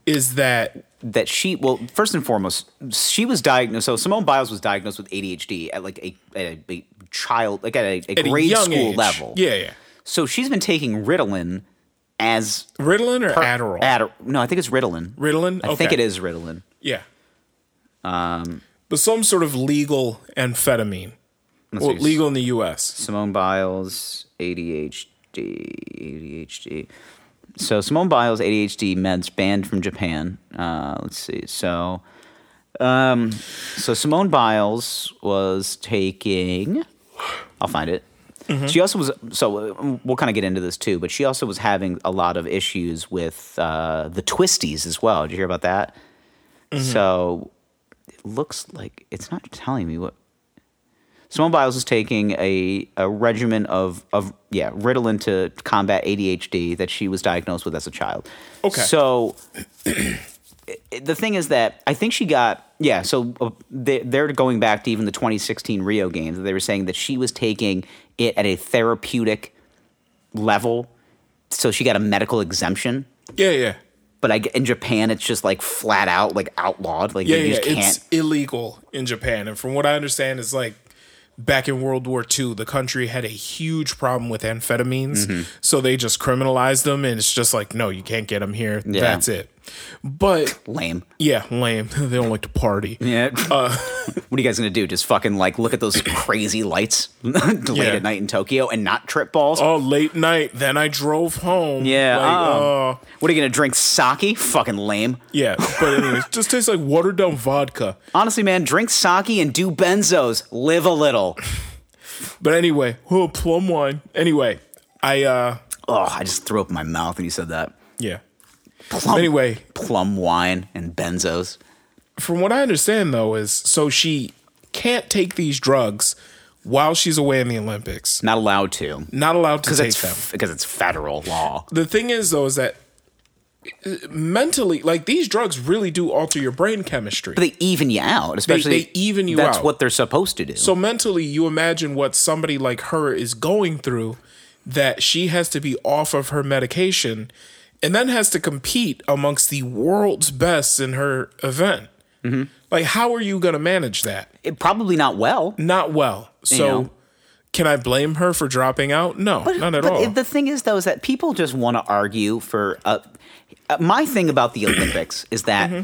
is that that she well, first and foremost, she was diagnosed. So Simone Biles was diagnosed with ADHD at like a at a, a child like at a, a at a grade young school age- level. Yeah, yeah. So she's been taking Ritalin as Ritalin or Adderall? Adder- no, I think it's Ritalin. Ritalin. I think it is Um, Ritalin. Yeah. Um, but some sort of legal amphetamine. Well, see. legal in the U.S. Simone Biles, ADHD, ADHD. So Simone Biles, ADHD meds banned from Japan. Uh, let's see. So, um, so Simone Biles was taking. I'll find it. She also was so uh, we'll kind of get into this too, but she also was having a lot of issues with uh, the twisties as well. Did you hear about that? So it looks like it's not telling me what Simone Biles is taking a, a regimen of, of yeah Ritalin to combat ADHD that she was diagnosed with as a child. Okay. So it- it- the thing is that I think she got yeah. So uh, they, they're going back to even the 2016 Rio games. They were saying that she was taking it at a therapeutic level, so she got a medical exemption. Yeah, yeah, But I, g- in Japan, it's just like flat out like outlawed. Like yeah, you yeah. just can't. It's illegal in Japan, and from what I understand, it's like back in World War II, the country had a huge problem with amphetamines, Mm-hmm. so they just criminalized them, and it's just like, no, you can't get them here. That's it. But Lame. yeah, lame. [LAUGHS] they don't like to party. Yeah. Uh, what are you guys gonna do? Just fucking like look at those crazy lights [LAUGHS] late Yeah. at night in Tokyo and not trip balls? Oh, late night. Then I drove home. Yeah, Like, oh. uh, What are you gonna drink sake? Fucking lame. yeah. But anyways, just tastes like watered down vodka. Honestly, man, drink sake and do benzos. Live a little. But anyway, oh, plum wine. Anyway, I uh, Oh, I just threw up in my mouth when you said that. yeah. Plum, Anyway. plum wine and benzos. From what I understand though, is so she can't take these drugs while she's away in the Olympics. Not allowed to Not allowed to because take it's them. f- because it's federal law. the thing is though, is that uh, mentally, like these drugs really do alter your brain chemistry. They even you out, especially they even you That's out. what they're supposed to do. So mentally, you imagine what somebody like her is going through that she has to be off of her medication and then has to compete amongst the world's best in her event. Like, how are you going to manage that? It- probably not well. Not well. So, know. can I blame her for dropping out? No, not at But all. it- The thing is, though, is that people just want to argue for. Uh, uh, my thing about the Olympics is that Mm-hmm.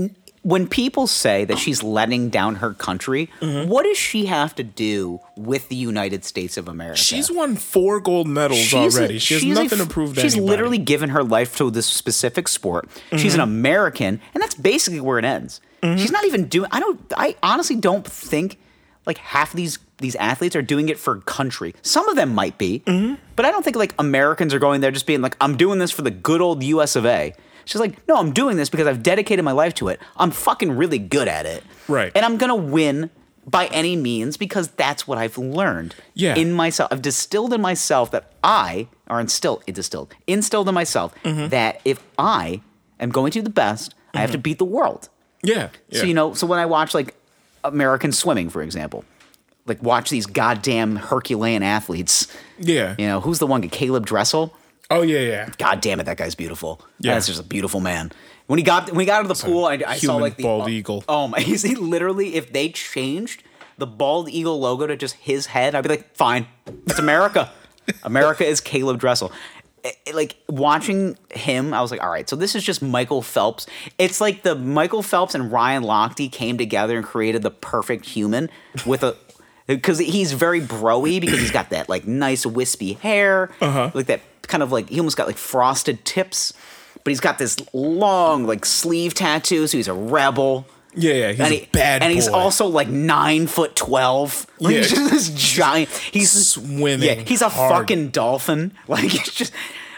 n- when people say that she's letting down her country, Mm-hmm. what does she have to do with the United States of America? she's won four gold medals She's a- already. She has she's a nothing f- to prove to She's anybody. Mm-hmm. literally given her life to this specific sport. She's an American, and that's basically where it ends. She's not even doing. I don't. I honestly don't think like half these these athletes are doing it for country. Some of them might be, Mm-hmm. but I don't think like Americans are going there just being like, I'm doing this for the good old U.S. of A. She's like, no, I'm doing this because I've dedicated my life to it. I'm fucking really good at it, Right. And I'm gonna win by any means because that's what I've learned Yeah. in myself. I've distilled in myself that I, or instilled, distilled, instilled in myself Mm-hmm. that if I am going to do the best, I have to beat the world. Yeah. So, you know, so when I watch like American swimming, for example, like watch these goddamn Herculean athletes, Yeah. you know, who's the one, Caleb Dressel? Oh, yeah, yeah. God damn it, that guy's beautiful. Yeah. That's just a beautiful man. When he got when he got out of the pool, I, I saw human like the bald oh, eagle. Oh my! [LAUGHS] Is he literally? If they changed the bald eagle logo to just his head, I'd be like, fine. It's America. America is Caleb Dressel. It- it- like watching him, I was like, all right. So this is just Michael Phelps. It's like the Michael Phelps and Ryan Lochte came together and created the perfect human with a. [LAUGHS] Because he's very broy because he's got that like nice wispy hair, like that kind of like he almost got like frosted tips, but he's got this long like sleeve tattoo, so he's a rebel Yeah, yeah. He's and, a he- bad and he's boy. also like nine foot twelve. [LAUGHS] Like, Yeah. he's just this giant. He's Swimming Yeah, he's a hard. fucking dolphin. [LAUGHS] Like it's just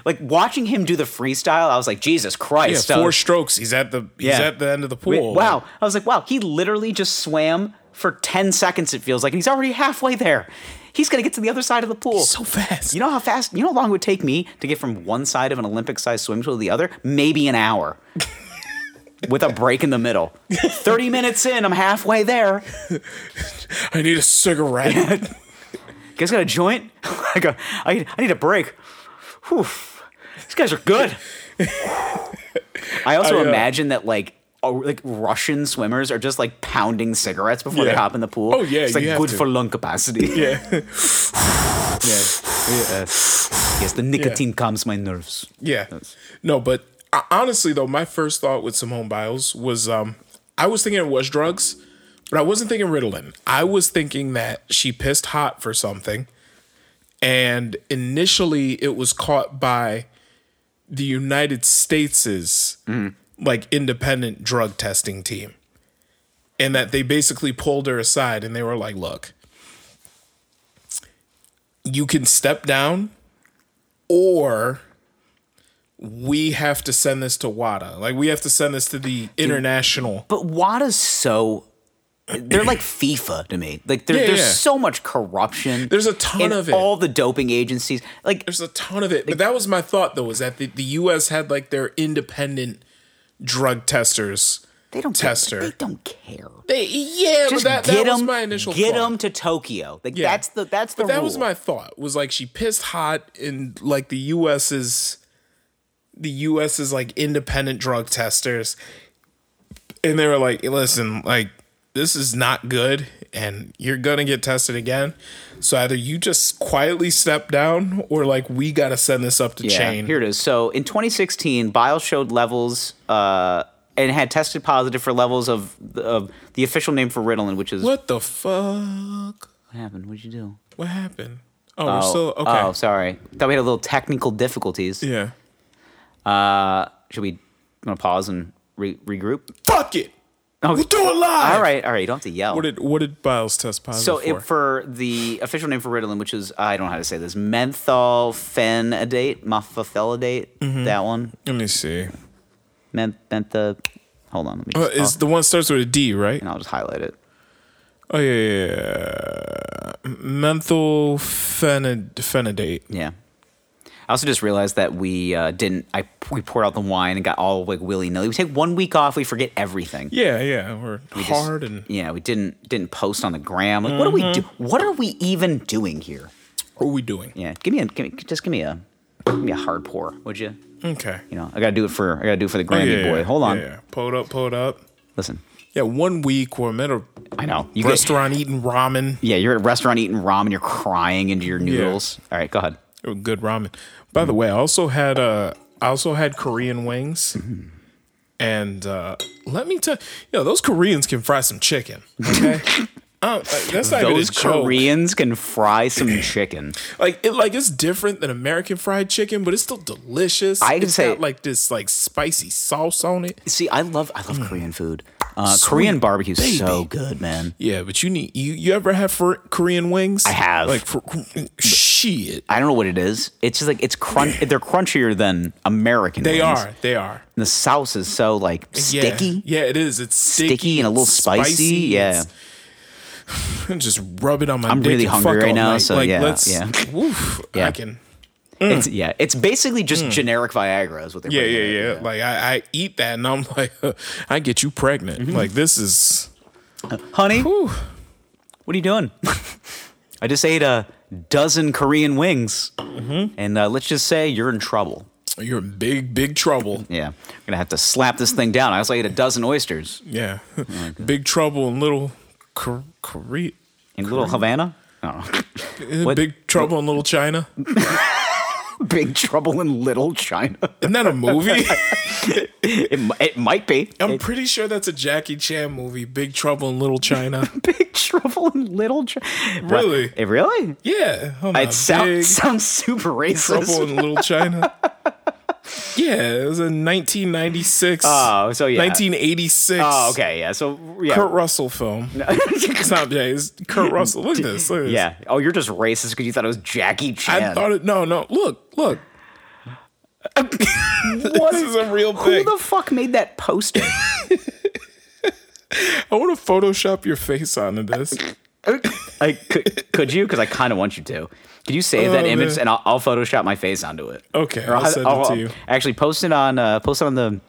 like watching him do the freestyle. I was like, Jesus Yeah, Christ! uh, four strokes. He's at the he's Yeah. at the end of the wait, pool. Wow! I was like, wow. He literally just swam for ten seconds. It feels like, and he's already halfway there. He's gonna get to the other side of the pool so fast. You know how fast? You know how long it would take me to get from one side of an Olympic-sized swimming pool to the other? Maybe [LAUGHS] an hour. With a break in the middle. 30 minutes in, I'm halfway there. I need a cigarette. [LAUGHS] You guys got a joint? [LAUGHS] I go, I, I need a break. Whew. These guys are good. I also I, uh, imagine that like oh, like Russian swimmers are just like pounding cigarettes before they Yeah. hop in the pool. Oh, yeah, it's like you have good to. for lung capacity. Yeah. [LAUGHS] yes. yes, the nicotine calms my nerves. Yeah. No, but uh, honestly though, my first thought with Simone Biles was um I was thinking it was drugs, but I wasn't thinking Ritalin. I was thinking that she pissed hot for something and initially it was caught by the United States' like independent drug testing team. And that they basically pulled her aside and they were like, "Look, you can step down or we have to send this to WADA. Like we have to send this to the international. But WADA's so they're [CLEARS THROAT] like FIFA to me. Like there- Yeah, there's yeah. so much corruption. There's a ton in of it. All the doping agencies. Like There's a ton of it. But that was my thought though, was that the, the US had like their independent drug testers. they don't Tester. They don't care. They yeah, Just but that, get that was them- my initial get thought. them to Tokyo. Like Yeah. that's the that's the But that was rule. my thought was like she pissed hot in like the US's the US's like independent drug testers and they were like listen like this is not good and you're going to get tested again so either you just quietly step down or like we got to send this up the Yeah, chain Here it is. So in 2016, Biles showed levels uh, and had tested positive for levels of of the official name for Ritalin, which is what, what the fuck happened. What'd you do? what happened oh, we're still okay Oh, sorry. Thought we had a little technical difficulties. yeah Uh, should we? want to pause and re- regroup. fuck it Okay. we'll do it live All right, all right. You don't have to yell. what did what did Biles test positive so for it, for the official name for Ritalin, which is I don't know how to say this, mentholphenidate, methylphenidate, Mm-hmm. that one, let me see Ment- mentha. Hold on, let me. Uh, Just, oh, is the one starts with a D, right? and I'll just highlight it. Oh yeah, yeah, yeah. Menthol phenid- phenidate. Yeah. I also just realized that we uh, didn't. I we poured out the wine and got all like willy nilly. We take one week off, we forget everything. Yeah, yeah. We're just- hard and Mm-hmm. yeah we didn't didn't post on the gram like what are we do what are we even doing here what are we doing? yeah give me a give me, just give me a give me a hard pour would you Okay. you know i gotta do it for i gotta do it for the grammy boy hold on Yeah, yeah. Pull it up, pull it up. listen Yeah, one week we're at a i know you get, restaurant eating ramen. yeah you're at a restaurant eating ramen you're crying into your noodles all right go ahead Oh, Good ramen. By the way, I also had uh I also had Korean wings. Mm-hmm. And uh let me tell you know, those Koreans can fry some chicken. [LAUGHS] Okay. um, that's not those good. Korean. koreans can fry [CLEARS THROAT] some chicken like it like it's different than American fried chicken, but it's still delicious. I can It's say- got, like this like spicy sauce on it. see i love i Mm. love korean food uh, korean barbecue's so good man Yeah, but you need you you ever have for Korean wings? I have. Like for, shit, I don't know what it is. It's just like it's crunch. [CLEARS THROAT] They're crunchier than American. they wings. are they are And the sauce is so like Yeah. sticky. Yeah, it is. It's sticky, Sticky and a little it's spicy. Yeah. it's- [LAUGHS] just rub it on my. I'm dick really and hungry fuck right all now, night. so like, yeah, let's, yeah. Woof, Yeah. I can. It's yeah. It's basically just generic Viagra is what they're. mm. Yeah, putting in yeah, it. yeah. Like I, I eat that, and I'm [LAUGHS] like, I get you pregnant. Mm-hmm. Like this is. Honey, Whew. what are you doing? [LAUGHS] I just ate a dozen Korean wings, Mm-hmm. and uh, let's just say you're in trouble. You're in big, big trouble. Yeah, I'm gonna have to slap this thing down. I also ate a dozen oysters Yeah, big trouble in little Kor- Korea. in Little Havana. Oh. What- eh, Big trouble in little China. [LAUGHS] Big Trouble in Little China. Isn't that a [LAUGHS] movie? It, mi- it might be I'm pretty sure that's a Jackie Chan movie. Big trouble in little [LAUGHS] China. Big Trouble in Little China. Really? It really? Yeah, hold on. It sounds Big [LAUGHS] sounds super racist. trouble in little China. Yeah, it was in 1996. Oh, so yeah. 1986. [LAUGHS] Oh, okay, yeah. So yeah. Kurt Russell film. It's not yeah, it's Kurt Russell. Look at this. Look at this. [LAUGHS] Yeah. Oh, you're just racist because you thought it was Jackie I Chan. thought it. No, no. Look, look. This is a real Who thing. the fuck made that poster? I want to Photoshop your face onto [LAUGHS] this. [LAUGHS] I, could, could you? Because I kind of want you to. Could you save that Oh, image man. and I'll, I'll Photoshop my face onto it? Okay, I'll send it to you. Actually, post it on uh, post it on the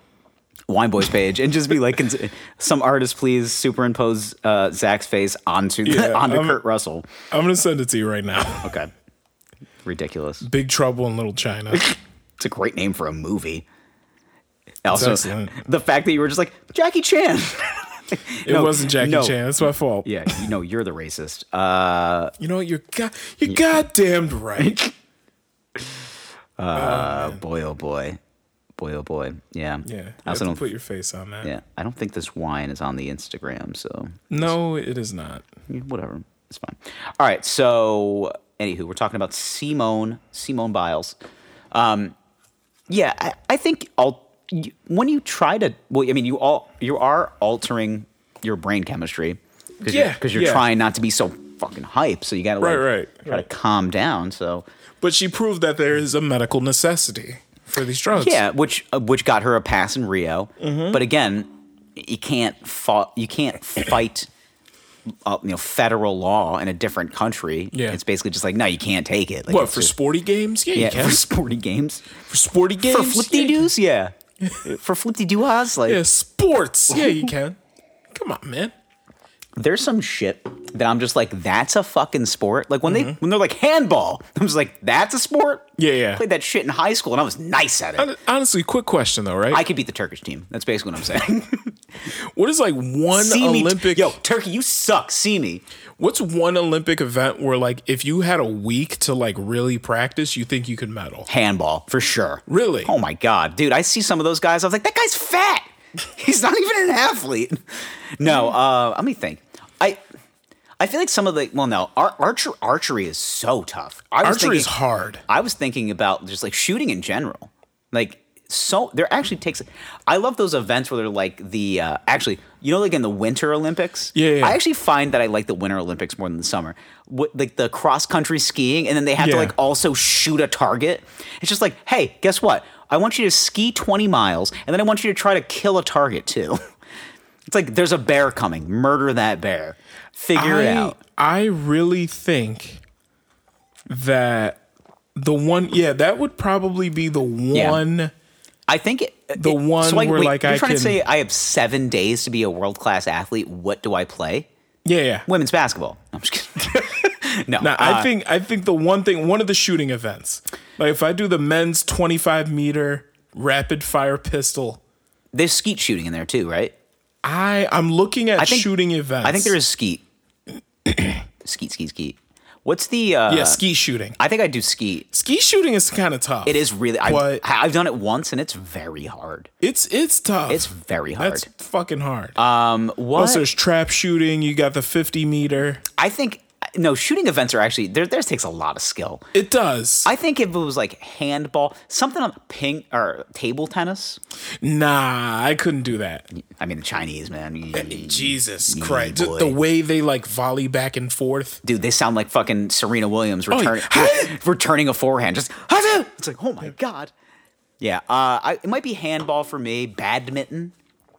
Wine Boys page and just be like, cons- [LAUGHS] some artist please superimpose uh, Zach's face onto the, Yeah, onto I'm- Kurt Russell. I'm gonna send it to you right now. [LAUGHS] Okay, ridiculous. Big Trouble in Little [LAUGHS] China. It's a great name for a movie. Also, excellent. the fact that you were just like Jackie Chan. [LAUGHS] It wasn't Jackie no. Chan. That's my fault. yeah, you know you're the racist. Uh, You know you're go- you're goddamn [LAUGHS] right. Uh, boy, oh boy, boy, oh boy. Yeah. Yeah, you I have also to don't. put your face on that. yeah, I don't think this wine is on the Instagram, so No, it is not. yeah, whatever, it's fine. All right. So, anywho, we're talking about Simone Simone Biles. Um, yeah, I, I think all you- when you try to, well, I mean, you all you are altering your brain chemistry because Yeah, because you're, yeah. trying not to be so fucking hype. So you got to like, Right, right, try right. to calm down. So But she proved that there is a medical necessity for these drugs. Yeah, which uh, which got her a pass in Rio. Mm-hmm. But again, you can't fought, you can't fight uh, you know federal law in a different country. Yeah. It's basically just like no, you can't take it. Like, What it's for just- sporty games? Yeah, yeah, you can. for sporty games. For sporty games. For flipty [LAUGHS] doos, yeah. for flipty doos, like Yeah, sports. Yeah, [LAUGHS] you can. Come on, man. there's some shit that I'm just like, that's a fucking sport. Like when they when they're like handball, [LAUGHS] I'm just like, that's a sport. Mm-hmm. Yeah, yeah. Played that shit in high school and I was nice at it. Hon- Honestly, quick question though, right? I could beat the Turkish team. That's basically what I'm [LAUGHS] saying. what is like one See me, Olympic? yo, Turkey, you suck. See me. What's one Olympic event where like if you had a week to like really practice, you think you could medal? handball for sure. Really? Oh my god, dude! I see some of those guys. I was like, that guy's fat. He's not [LAUGHS] even an athlete. No, uh, let me think. I I feel like some of the well, no, ar- archer archery is so tough. I was Archery is thinking- hard. I was thinking about just like shooting in general. Like so there actually takes I love those events where they're like the uh, actually you know like in the winter Olympics. Yeah, yeah. I actually find that I like the winter Olympics more than the summer. What like the cross country skiing and then they have to Yeah. like also shoot a target. It's just like, "Hey, guess what? I want you to ski 20 miles and then I want you to try to kill a target too." [LAUGHS] it's like there's a bear coming. Murder that bear. Figure it I, out. I really think that The one, yeah, that would probably be the Yeah. one. I think it, The it- one so I, where, wait, like, you're I trying can- to say I have seven days to be a world class athlete. What do I play? Yeah, yeah. Women's basketball. I'm just kidding. [LAUGHS] no, Now, uh, I think I think the one thing, one of the shooting events, like if I do the men's 25 meter rapid fire pistol, there's skeet shooting in there too, right? I I'm looking at I think- shooting events. I think there is skeet. [CLEARS THROAT] skeet, skeet, skeet. What's the? Uh, yeah, ski shooting. I think I do skeet. Ski shooting is kind of tough. It is really. I, But- I've done it once, and it's very hard. It's it's tough. It's very hard. that's fucking hard. um, what? Plus, there's trap shooting. You got the 50 meter. I think no shooting events are actually there. There takes a lot of skill. It does. I think if it was like handball, something on ping or table tennis. nah, I couldn't do that. I mean, the Chinese man. Jesus Yeah, Christ! boy. The way they like volley back and forth. Dude, they sound like fucking Serena Williams return, Oh, yeah. [LAUGHS] returning a forehand. Just [LAUGHS] "Huzzah!" it's like, oh my god. Yeah, uh, I, it might be handball for me. Badminton.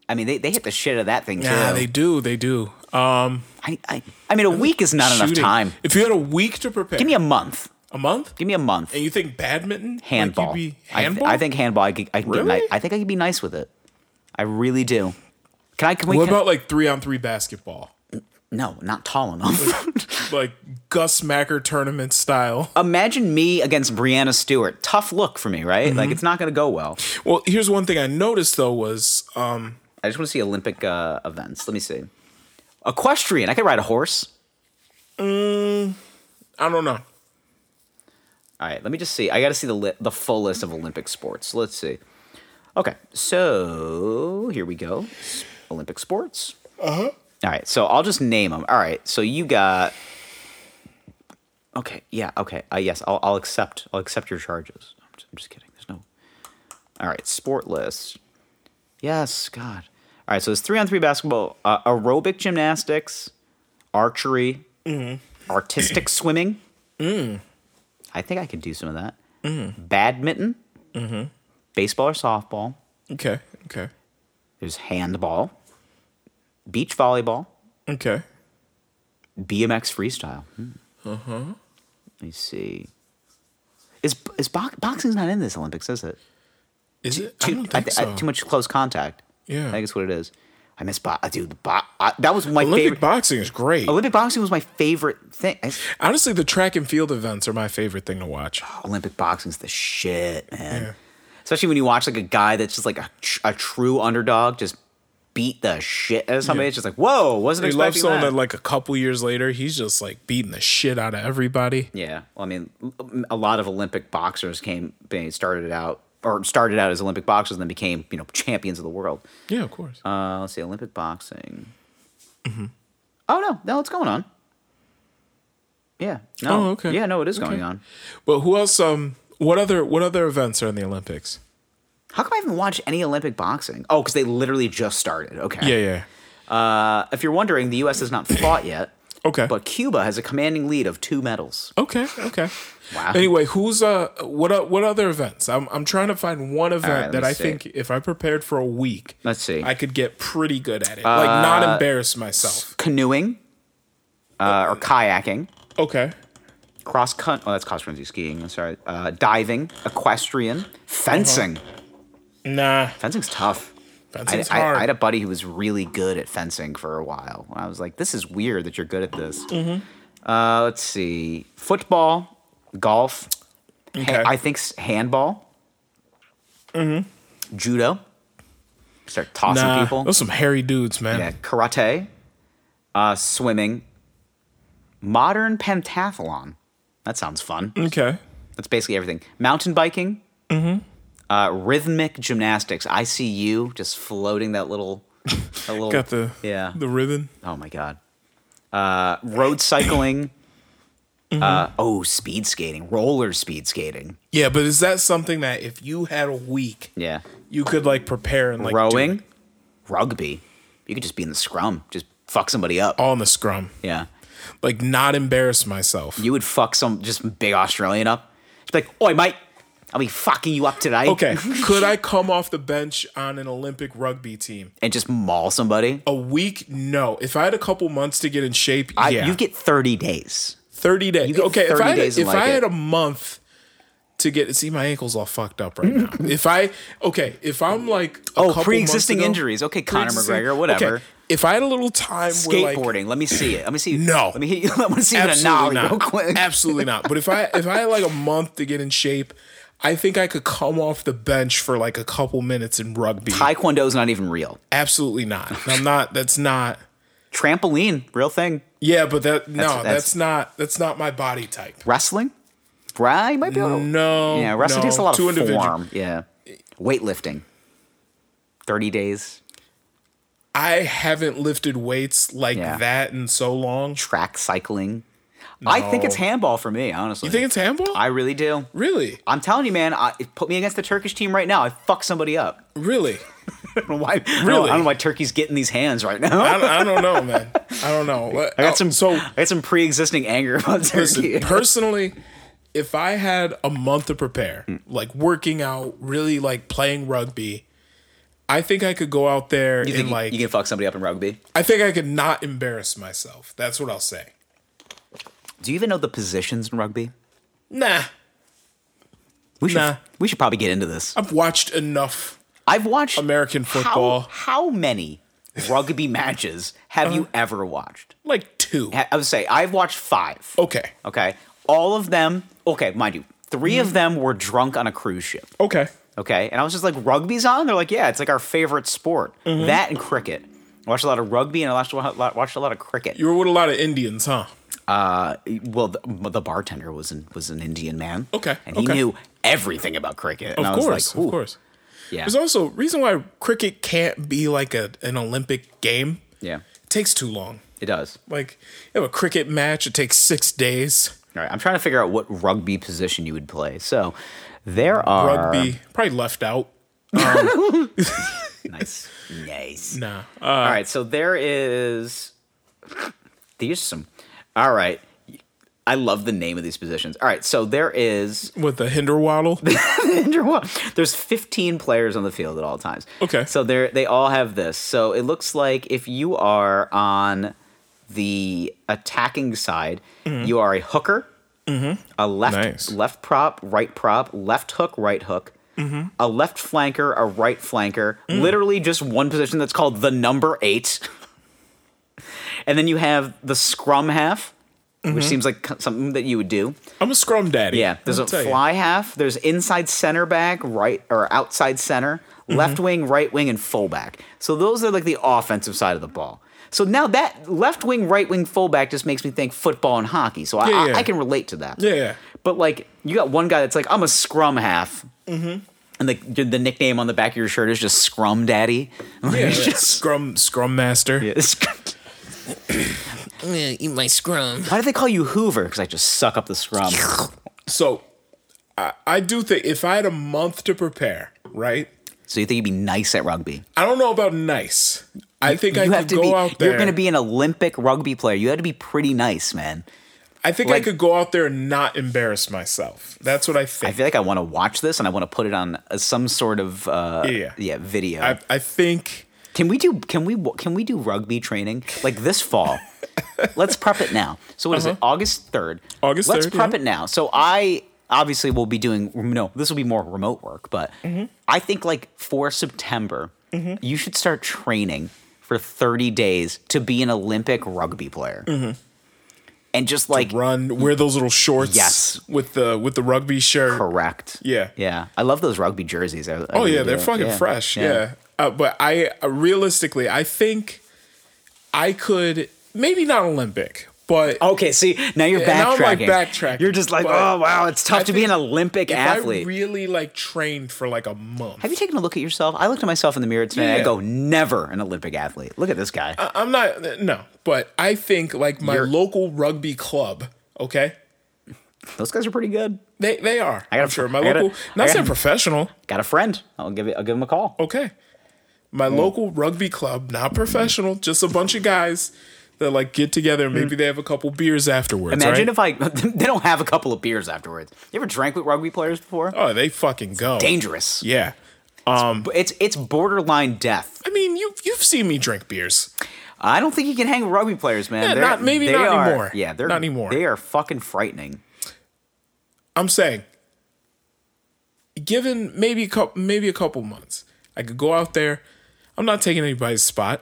I mean, they, they hit the shit out of that thing too. Nah, they do. They do. Um, I, I, I mean, a week is not enough shooting. time. If you had a week to prepare, Give me a month. a month. Give me a month. And you think badminton? Like, you'd handball. be I th- handball? I, think handball. I could, I could get. Really? Ni- I think I could be nice with it. I really do. Can I? Can we? What can- about like three on three basketball? no, not [LAUGHS] tall enough. [LAUGHS] Like Gus Macker tournament style. [LAUGHS] Imagine me against Brianna Stewart. Tough look for me, right? Like it's not going to go well. Well, here's one thing I noticed though was um I just want to see Olympic uh, events. Let me see. Equestrian. I could ride a horse. I don't know. All right. Let me just see. I got to see the li- the full list of Olympic sports. Let's see. Okay. So here we go. S- Olympic sports. Uh huh. All right. So I'll just name them. All right. So you got. Okay. Yeah. Okay. Uh, yes. I'll, I'll accept. I'll accept your charges. I'm just, I'm just kidding. There's no. All right. Sport list. Yes. God. All right. So it's three on three basketball, uh, aerobic gymnastics, archery, artistic swimming. I think I could do some of that. Mm. Badminton, Mm-hmm. baseball or softball. Okay, okay, There's handball, beach volleyball, okay. BMX freestyle. Hmm. Uh-huh. Let me see. Is is bo- boxing's not in this Olympics? Is it? Is it? I Too, don't I think thi- I- so. too much close contact. Yeah. I think it's what it is. I miss bo- uh, dude. The bo- I, that was my Olympic favorite. boxing is great. Olympic boxing was my favorite thing. I- Honestly, the track and field events are my favorite thing to watch. Olympic boxing's the shit, man. Especially when you watch like a guy that's just like a, tr- a true underdog just beat the shit out of somebody. It's just like, whoa, wasn't I love expecting someone that. that like a couple years later, he's just like beating the shit out of everybody. yeah, well, I mean, a lot of Olympic boxers came, they started out or started out as Olympic boxers and then became you know champions of the world. Yeah, of course. Uh, let's see, Olympic boxing. Mm-hmm. Oh no, no, it's going on. Yeah. No. Oh, okay. Yeah, no, it is going on. but who else? Um, what other what other events are in the Olympics? How come I haven't watched any Olympic boxing? Oh, because they literally just started. Okay. Yeah, yeah. Uh, if you're wondering, the U.S. has not fought yet, Okay. but Cuba has a commanding lead of two medals. Okay. Okay. Wow. Anyway, who's uh what o- what other events? I'm I'm trying to find one event right, let that me I see. think if I prepared for a week, Let's see. Uh, I could get pretty good at it. like not embarrass myself. Canoeing uh, or kayaking, Okay. cross country. Oh, that's cross country skiing. I'm sorry. Uh, diving, equestrian, fencing. Uh-huh. Nah. Fencing's tough. Fencing's I, I- hard. I had a buddy who was really good at fencing for a while. And I was like, this is weird that you're good at this. Mm-hmm. Uh, let's see. Football, golf, ha- Okay. I think s- handball, mm-hmm. judo. Start tossing nah. people. Those some hairy dudes, man. Yeah, karate, uh, swimming, modern pentathlon. That sounds fun. Okay. That's basically everything. Mountain biking, mm-hmm. uh, rhythmic gymnastics. I see you just floating that little, that little. Got the yeah. the ribbon. oh my god. Uh, road cycling. Uh, oh, speed skating, roller speed skating. Yeah, but is that something that if you had a week, Yeah, you could like prepare and like do rowing, it? rugby. You could just be in the scrum, just fuck somebody up. all in the scrum, Yeah. like not embarrass myself. You would fuck some just big Australian up. Just be like, oi, mate, I'll be fucking you up today. [LAUGHS] Okay, could I come off the bench on an Olympic rugby team? And just maul somebody. A week? No. If I had a couple months to get in shape, I, yeah. You get 30 days. thirty days. get okay, if 30 I had, days if and like I had it. a month to get see my ankle's all fucked up right [LAUGHS] now. if I okay, if I'm like a Oh, couple months pre-existing ago- injuries. Okay, Conor pre-existing- McGregor, whatever. If I had a little time, Skateboarding. Where like, let me see it. Let me see. No. Let me hit you. [LAUGHS] Let me see you in a absolutely nollie not. real quick. [LAUGHS] Absolutely not. But if I if I had like a month to get in shape, I think I could come off the bench for like a couple minutes in rugby. Taekwondo's not even real. Absolutely not. I'm not. That's not. Trampoline, real thing. Yeah, but that no, That's- that's, that's- not that's not my body type. Wrestling. Right? You might be able to. No, Oh. Yeah, wrestling no, takes a lot too of individual. form. Yeah. Weightlifting. 30 days. I haven't lifted weights like Yeah. that in so long. You Track cycling. I think it's handball for me, honestly. You think it's handball? I really do. really, I'm telling you, man. I, put me against the Turkish team right now. I fuck somebody up. [LAUGHS] really. I don't know why. Really? I don't, Really? know why Turkey's getting these hands right now. I, don't- I don't know, man. I don't know. [LAUGHS] Oh, I got some. so [LAUGHS] I got some pre-existing anger about Turkey. [LAUGHS] listen, personally. If I had a month to prepare, Hmm. like working out, really like playing rugby, I think I could go out there you and think like you can fuck somebody up in rugby? I think I could not embarrass myself. That's what I'll say. Do you even know the positions in rugby? Nah, We should. Nah. We should probably get into this. I've watched enough I've watched American how- football. How, many [LAUGHS] rugby matches have you Uh-huh. ever watched? like two. Ha- I would say I've watched five. Okay. Okay, all of them. Okay, mind you, 3 Mm-hmm. of them were drunk on a cruise ship. Okay. Okay. And I was just like, rugby's on? They're like, yeah, it's like our favorite sport. Mm-hmm. That and cricket. I watched a lot of rugby and I watched a lot, watched a lot of cricket. Uh, You were with a lot of Indians, huh? Well, the, the bartender was an, was an Indian man. Okay, And he okay. knew everything about cricket. Of And I was course, like, of ooh, course. Yeah. There's also reason why cricket can't be like a an Olympic game. yeah. It takes too long. It does. Like you have a cricket match, it takes six days. All right. I'm trying to figure out what rugby position you would play. So there are. Rugby, probably left out. Nice. Nice. Nah. uh, all right. So there is. These are some. All right. I love the name of these positions. All right. So there is. With the hinder [LAUGHS] waddle. Under one. There's 15 players on the field at all times. Okay. So they they all have this. So it looks like if you are on the attacking side, you are a hooker, a left Mm-hmm. Nice. left prop, right prop, left hook, right hook. Mm-hmm. A left flanker, a right flanker, Mm. literally just one position that's called the number eight. [LAUGHS] and then you have the scrum half, Mm-hmm. which seems like something that you would do. I'm a scrum daddy. Yeah, there's I'll a tell you. fly half. There's inside center back, right or outside center, Mm-hmm. left wing, right wing, and fullback. So those are like the offensive side of the ball. So now that left wing, right wing, fullback just makes me think football and hockey. So I, Yeah, I, yeah. I can relate to that. Yeah, yeah. But like you got one guy that's like I'm a scrum half, Mm-hmm. and the the nickname on the back of your shirt is just Scrum Daddy. [LAUGHS] Yeah, It's yeah. just- Scrum scrum master. I'm gonna eat my [LAUGHS] scrum. Why do they call you Hoover? Because I just suck up [LAUGHS] the scrum. So I, I do think if I had a month to prepare, right? so you think you'd be nice at rugby? I don't know about nice. I think I you could have to go be. out there. You're going to be an Olympic rugby player. You had to be pretty nice, man. I think like- I could go out there and not embarrass myself. That's what I I think. feel like I want to watch this and I want to put it on uh, some sort of uh, Yeah. video. I, I think can we do? Can we? wa- Can we do rugby training like [LAUGHS] this fall? Let's prep it now. So what is it? August third. Uh-huh. August Let's 3rd, prep yeah. it now. So I obviously will be doing. No, this will be more remote work, but Mm-hmm. I think like for September, you should start training for thirty days to be an Olympic rugby player. Mm-hmm. And just like run, wear those little shorts. Yes. With the with the rugby shirt. correct. Yeah. Yeah. I love those rugby jerseys. I, I Oh yeah, really they're do. fucking fresh. Yeah. Uh, but I uh, realistically, I think I could maybe not Olympic, but Okay, see, now you're backtracking. now I'm, like, backtracking, You're just like, but oh wow, it's tough I to be an think Olympic if athlete. I really like trained for like a month. Have you taken a look at yourself? I looked at myself in the mirror today. I Yeah. Uh, go, never an Olympic athlete. Look at this guy. I'm not no, but I think like my You're- local rugby club. Okay, Those guys are pretty good. they they are. I got a am sure fr- my I got a- local. I not got- saying professional. Got a friend. I'll give it. I'll give him a call. Okay, my local rugby club, not professional, just a bunch of guys that like get together. and Maybe they have a couple beers afterwards. Imagine Imagine if I. [LAUGHS] They don't have a couple of beers afterwards. You ever drank with rugby players before? if oh they fucking go Dangerous. Yeah, But It's it's borderline death. I mean you you've seen me drink beers. I don't think you can hang with rugby players, man. Yeah, They're- not- maybe they not are- anymore. Yeah, they're Not anymore. They are fucking frightening. I'm saying given maybe a couple maybe a couple months, I could go out there. I'm not taking anybody's spot,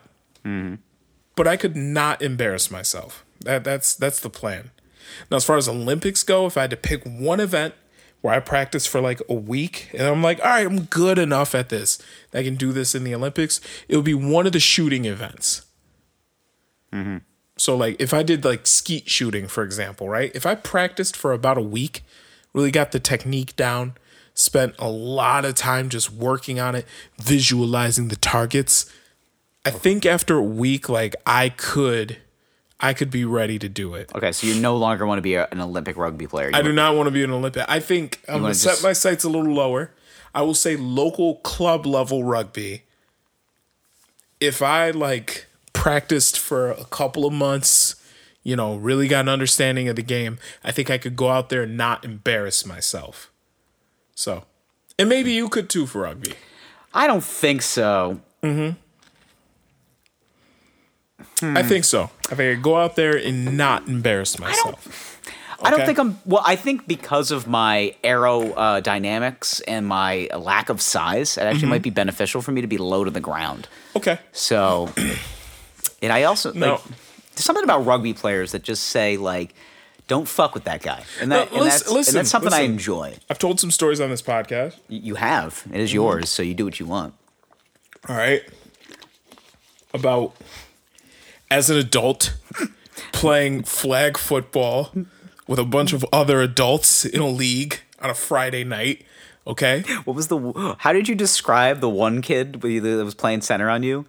but I could not embarrass myself. That that's that's the plan. Now, as far as Olympics go, if I had to pick one event where I practice for like a week and I'm like, all right, I'm good enough at this, I can do this in the Olympics, it would be one of the shooting events. So like if I did like skeet shooting, for example, right? If I practiced for about a week, really got the technique down, spent a lot of time just working on it, visualizing the targets, I think after a week, like I could I could be ready to do it. Okay, so you no longer want to be a, an Olympic rugby player. You I do not want to be an Olympic. I think I'm gonna wanna set just- my sights a little lower. I will say local club level rugby. If I like practiced for a couple of months, you know, really got an understanding of the game, I think I could go out there and not embarrass myself. So, and maybe you could too for rugby. I don't think so. I Hmm. think so. I think I go out there and not embarrass myself. I don't Okay. think I'm. Well, I think because of my aerodynamics and my lack of size, it actually Mm-hmm. might be beneficial for me to be low to the ground. okay. So, [CLEARS THROAT] and I also No. like there's something about rugby players that just say like, "Don't fuck with that guy," and, that, No, listen- and, that's, and listen, that's something I listen. enjoy. I've told some stories on this podcast. Y- You have it is Mm-hmm. yours, so you do what you want. all right about as an adult playing flag football with a bunch of other adults in a league on a friday night okay What was the? How did you describe the one kid with you that was playing center on you?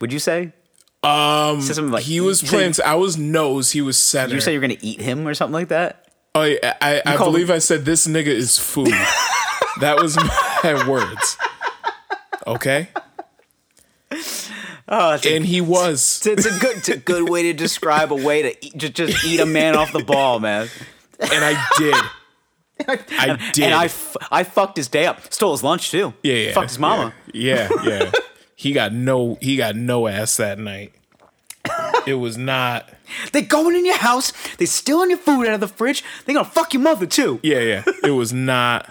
Would you say? Um, something like he was you- playing i was nose he was center You say you're gonna eat him or something like that. oh, yeah, i, I, I called believe i said this nigga is [LAUGHS] food that was my words okay Oh, that's a, and he was it's a good, it's a good way to describe a way to eat, just just eat a man off the [LAUGHS] ball, man. and i [LAUGHS] did i did And I, f- I fucked his day up. Stole his lunch too. Yeah, yeah. Fucked his mama. Yeah, yeah. yeah. he got no he got no ass that night. it was not They going in your house. They stealing your food out of the fridge. They gonna fuck your mother too. Yeah, yeah. It was not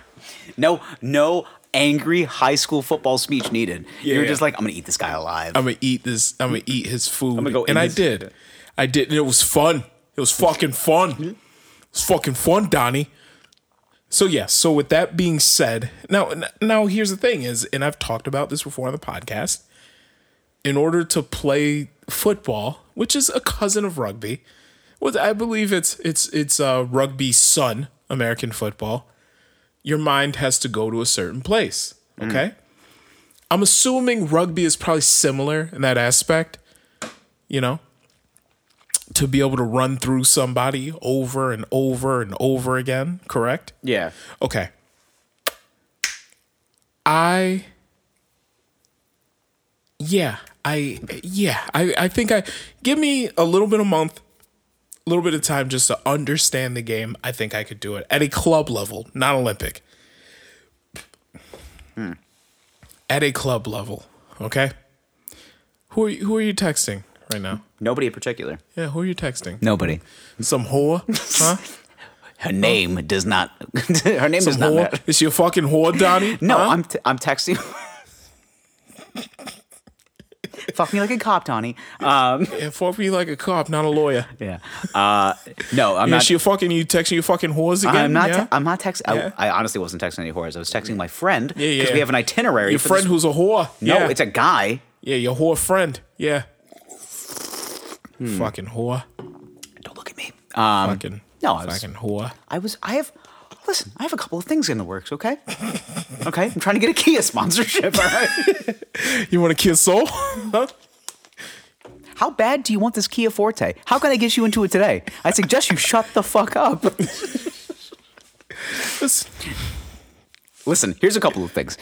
No, no angry high school football speech needed. Yeah, You're yeah. just like, I'm gonna eat this guy alive. I'm gonna eat this I'm gonna eat his food. gonna go and eat I his- did. I did and it was fun. It was fucking fun. It was fucking fun, Donnie. So yeah, so with that being said, now n- now here's the thing is and I've talked about this before on the podcast. In order to play football, which is a cousin of rugby, Well, I believe it's it's it's uh, rugby son American football. Your mind has to go to a certain place. Okay, I'm assuming rugby is probably similar in that aspect. You know, to be able to run through somebody over and over and over again. Correct. yeah. Okay. I Yeah, I yeah, I I think I give me a little bit a month, a little bit of time just to understand the game. I think I could do it at a club level, not Olympic. At a club level, okay? Who are you, who are you texting right now? Nobody in particular. Yeah, who are you texting? Nobody. Some whore, huh? Her name does not. [LAUGHS] her name does not matter. whore? Is she a fucking whore, Donnie? [LAUGHS] No, Huh? I'm t- I'm texting. [LAUGHS] Fuck me like a cop, Donnie. Um, And fuck me like a cop, not a lawyer. yeah. Uh, no, I'm Yeah, not. she a fucking you texting your fucking whores again? I'm not. yeah? Te- I'm not texting. Yeah. I, I honestly wasn't texting any whores. I was texting my friend because Yeah, yeah. we have an itinerary. your for friend this- who's a whore. no, yeah. it's a guy. yeah, your whore friend. Yeah. Fucking whore. Don't look at me. Hmm. Um, Fucking no, I was- fucking whore. I was. I have. Listen, I have a couple of things in the works. Okay. [LAUGHS] okay. I'm trying to get a Kia sponsorship. [LAUGHS] All right. You want to kiss soul? [LAUGHS] How bad do you want this Kia Forte? How can I get you into it today? I suggest you shut the fuck up. Listen, [LAUGHS] Listen, here's a couple of things.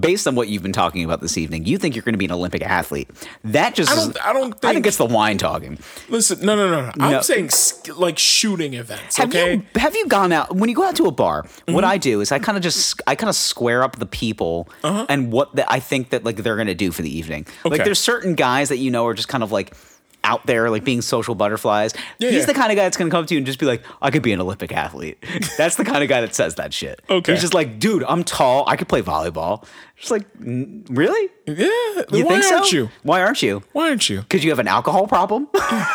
Based on what you've been talking about this evening, you think you're going to be an Olympic athlete. That just I don't- is- I don't I think think- it's the wine talking. listen. No, no, no, no. I'm No. saying sk- like shooting events. Have okay. Mm-hmm. you have you gone out when you go out to a bar? What I do is I kind of just I kind of square up the people and what that I think that like they're going to do for the evening. Uh-huh. Okay. Like there's certain guys that you know are just kind of like out there, like being social butterflies. Yeah, he's yeah. the kind of guy that's going to come to you and just be like, I could be an Olympic athlete. [LAUGHS] that's the kind of guy that says that shit. Okay. He's just like, dude, I'm tall. I could play volleyball. Just like, "N- really? Yeah. then You why think so? aren't you? Why aren't you? Why aren't [LAUGHS] you? Because you have an alcohol problem? [LAUGHS]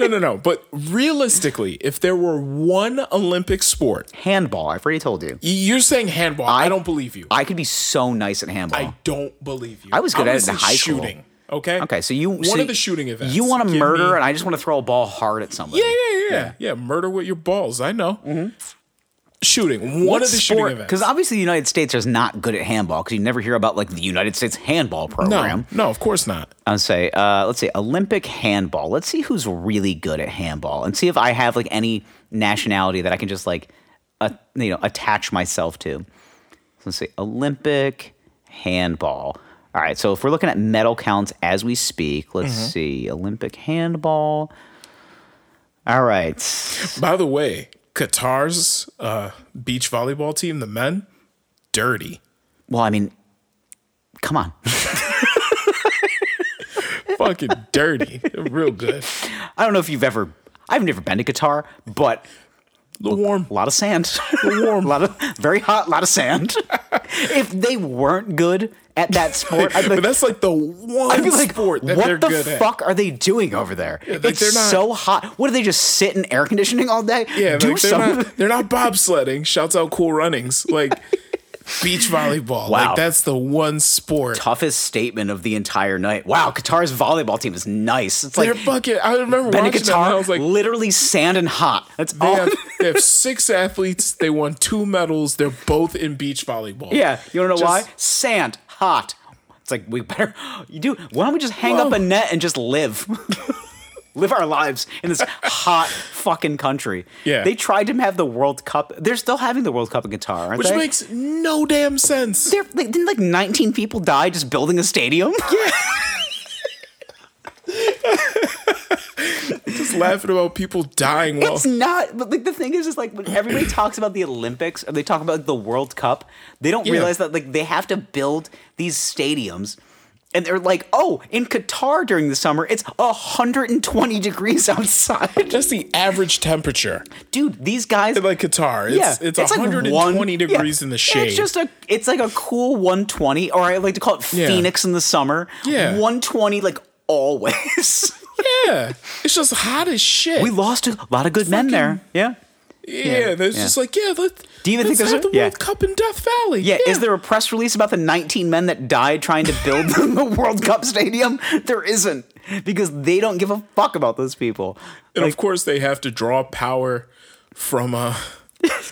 No, no, no. But realistically, if there were one Olympic sport, handball. I've already told you. y- you're saying handball. I, don't believe you. I, I could be so nice at handball. don't believe you. Oh. I was good I'm at it gonna in say high school. shooting. Okay. okay, so you one so of the shooting events. You want to Give murder, me- and I just want to throw a ball hard at somebody. yeah, yeah, yeah, yeah, Murder with your balls. I know. Mm-hmm. Shooting. One of the shooting events. Because obviously the United States is not good at handball because you never hear about like the United States handball program. no, no, of course not. I'll say, uh, let's say Olympic handball. Let's see who's really good at handball and see if I have like any nationality that I can just like, uh, you know, attach myself to. So let's see, Olympic handball. All right, so if we're looking at medal counts as we speak, let's see, Olympic handball. All right, By the way, Qatar's uh, beach volleyball team, the men, dirty. well, I mean, come on. [LAUGHS] Fucking dirty. They're real good. I don't know if you've ever. I've never been to Qatar, but The warm. a lot of sand. [LAUGHS] Warm. a lot of very hot, a lot of sand. if they weren't good at that sport, I'd [LAUGHS] be But like, that's like the one I'd be like, sport that they're what the good at. fuck are they doing over there? like, it's they're not- so hot. What do they just sit in air conditioning all day? Yeah, do like they're something. not they're not bobsledding. Shouts out cool runnings. [LAUGHS] Like beach volleyball. Wow. Like that's the one sport. [LAUGHS] Toughest statement of the entire night. Wow, Qatar's volleyball team is nice. It's like they're fucking I remember Ben watching that and I Qatar, was like literally sand and hot. That's they all. [LAUGHS] have, they have six athletes. They won two medals. They're both in beach volleyball. Yeah, you wanna know Just- why? Sand, hot. It's like we better. You do. Why don't we just hang up Whoa. a net and just [LAUGHS] live, live our lives in this hot fucking country? Yeah. They tried to have the World Cup. They're still having the World Cup in Qatar, aren't Which they? makes no damn sense. They're- like, didn't like 19 people die just building a stadium? [LAUGHS] Yeah. [LAUGHS] Just laughing about people dying while [LAUGHS] It's not. But like the thing is, is like when everybody talks about the Olympics or they talk about the World Cup, they don't Yeah. realize that like they have to build these stadiums. And they're like, oh, in Qatar during the summer, it's 120 degrees outside. [LAUGHS] just the average temperature. Dude, these guys. Like Qatar. It's yeah, it's, like 120 one- yeah, degrees in the shade. It's just a, it's like a cool 120, or I like to call it Yeah. Phoenix in the summer. Yeah. 120, like always. yeah. It's just hot as shit. we lost a lot of good men there. Yeah. Yeah, Yeah, yeah there's yeah. just like, yeah, let, Do you even let's think there's have a- the yeah. World Cup in Death Valley? Yeah, is there a press release about the 19 men that died trying to build [LAUGHS] the World Cup stadium? There isn't because they don't give a fuck about those people. [LAUGHS] And of course, they have to draw power from [LAUGHS] uh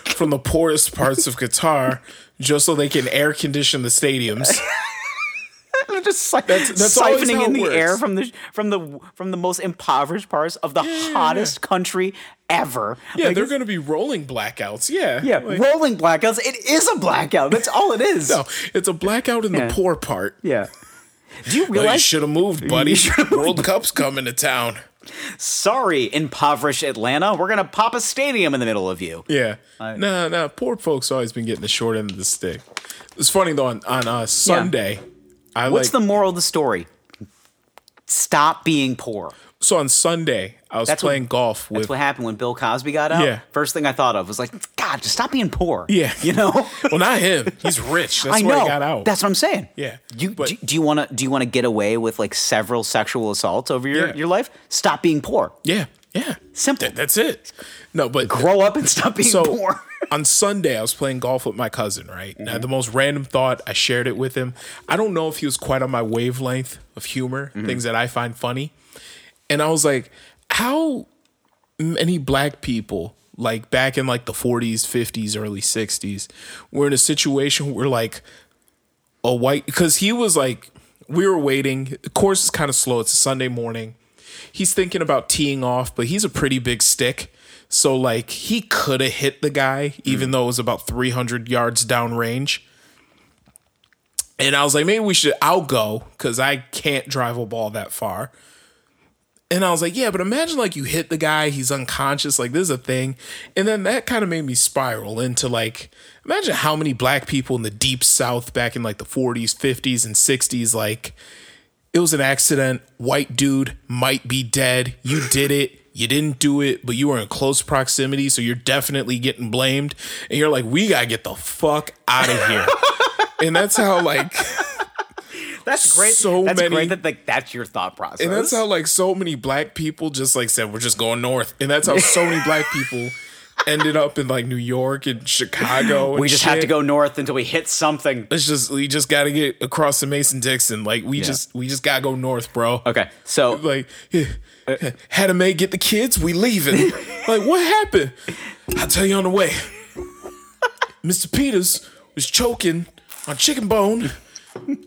from the poorest parts of Qatar just so they can air condition the stadiums. They're just si- that's always siphoning how in it the air works. from the from the from the most impoverished parts of the hottest country ever. Yeah, Like, they're going to be rolling blackouts. Yeah, yeah, like, rolling blackouts. It is a blackout. That's all it is. no, it's a blackout in Yeah. the poor part. Yeah. Do you Like, you realize? should have moved, buddy. should've World Cup's coming to town. Sorry, impoverished Atlanta. We're gonna pop a stadium in the middle of you. Yeah. No, no, poor folks always been getting the short end of the stick. It's funny though on, on uh, Sunday. I What's like the moral of the story? Stop being poor. so on Sunday I was That's what- playing golf That's with what happened when Bill Cosby got out. Yeah. First thing I thought of was like, God, just stop being poor. Yeah. [LAUGHS] [LAUGHS] You know? well, not him. He's [LAUGHS] rich. That's I where know. he got out. That's what I'm saying. Yeah, You but- do, do you want to do you want to get away with like several sexual assaults over your, Yeah. your life? Stop being poor. yeah, yeah. Simple. That- that's it. No, but Grow up and stop being so poor. [LAUGHS] [LAUGHS] on Sunday I was playing golf with my cousin. Right Mm-hmm. now, the most random thought I shared it with him. I don't know if he was quite on my wavelength of humor, Mm-hmm. things that I find funny, and I was like, how many black people like back in like the 40s 50s early 60s were in a situation where like a white because he was like we were waiting the course is kind of slow it's a sunday morning he's thinking about teeing off but he's a pretty big stick so like he could have hit the guy even though it was about 300 yards downrange and i was like maybe we should i'll go because i can't drive a ball that far and I was like, yeah, but imagine like you hit the guy, he's unconscious, like this is a thing. And then that kind of made me spiral into like, imagine how many black people in the deep south back in like the 40s, 50s, and 60s, like It was an accident. White dude might be dead. You did it. You didn't do it, but you were in close proximity, so you're definitely getting blamed. And you're like, we gotta get the fuck out of here. and that's how like That's great. So that's many- great that like that's your thought process. and that's how like so many black people just like said we're just going north, and that's how so many black [LAUGHS] people ended up in like New York and Chicago. And we just have to shit. go north until we hit something. It's just we just gotta get across the Mason Dixon. Like we Yeah. just we just gotta go north, bro. Okay, Uh, so Like [LAUGHS] had a maid get the kids, we leaving. [LAUGHS] like what happened? I'll tell you on the way. Mr. Peters was choking on chicken bone.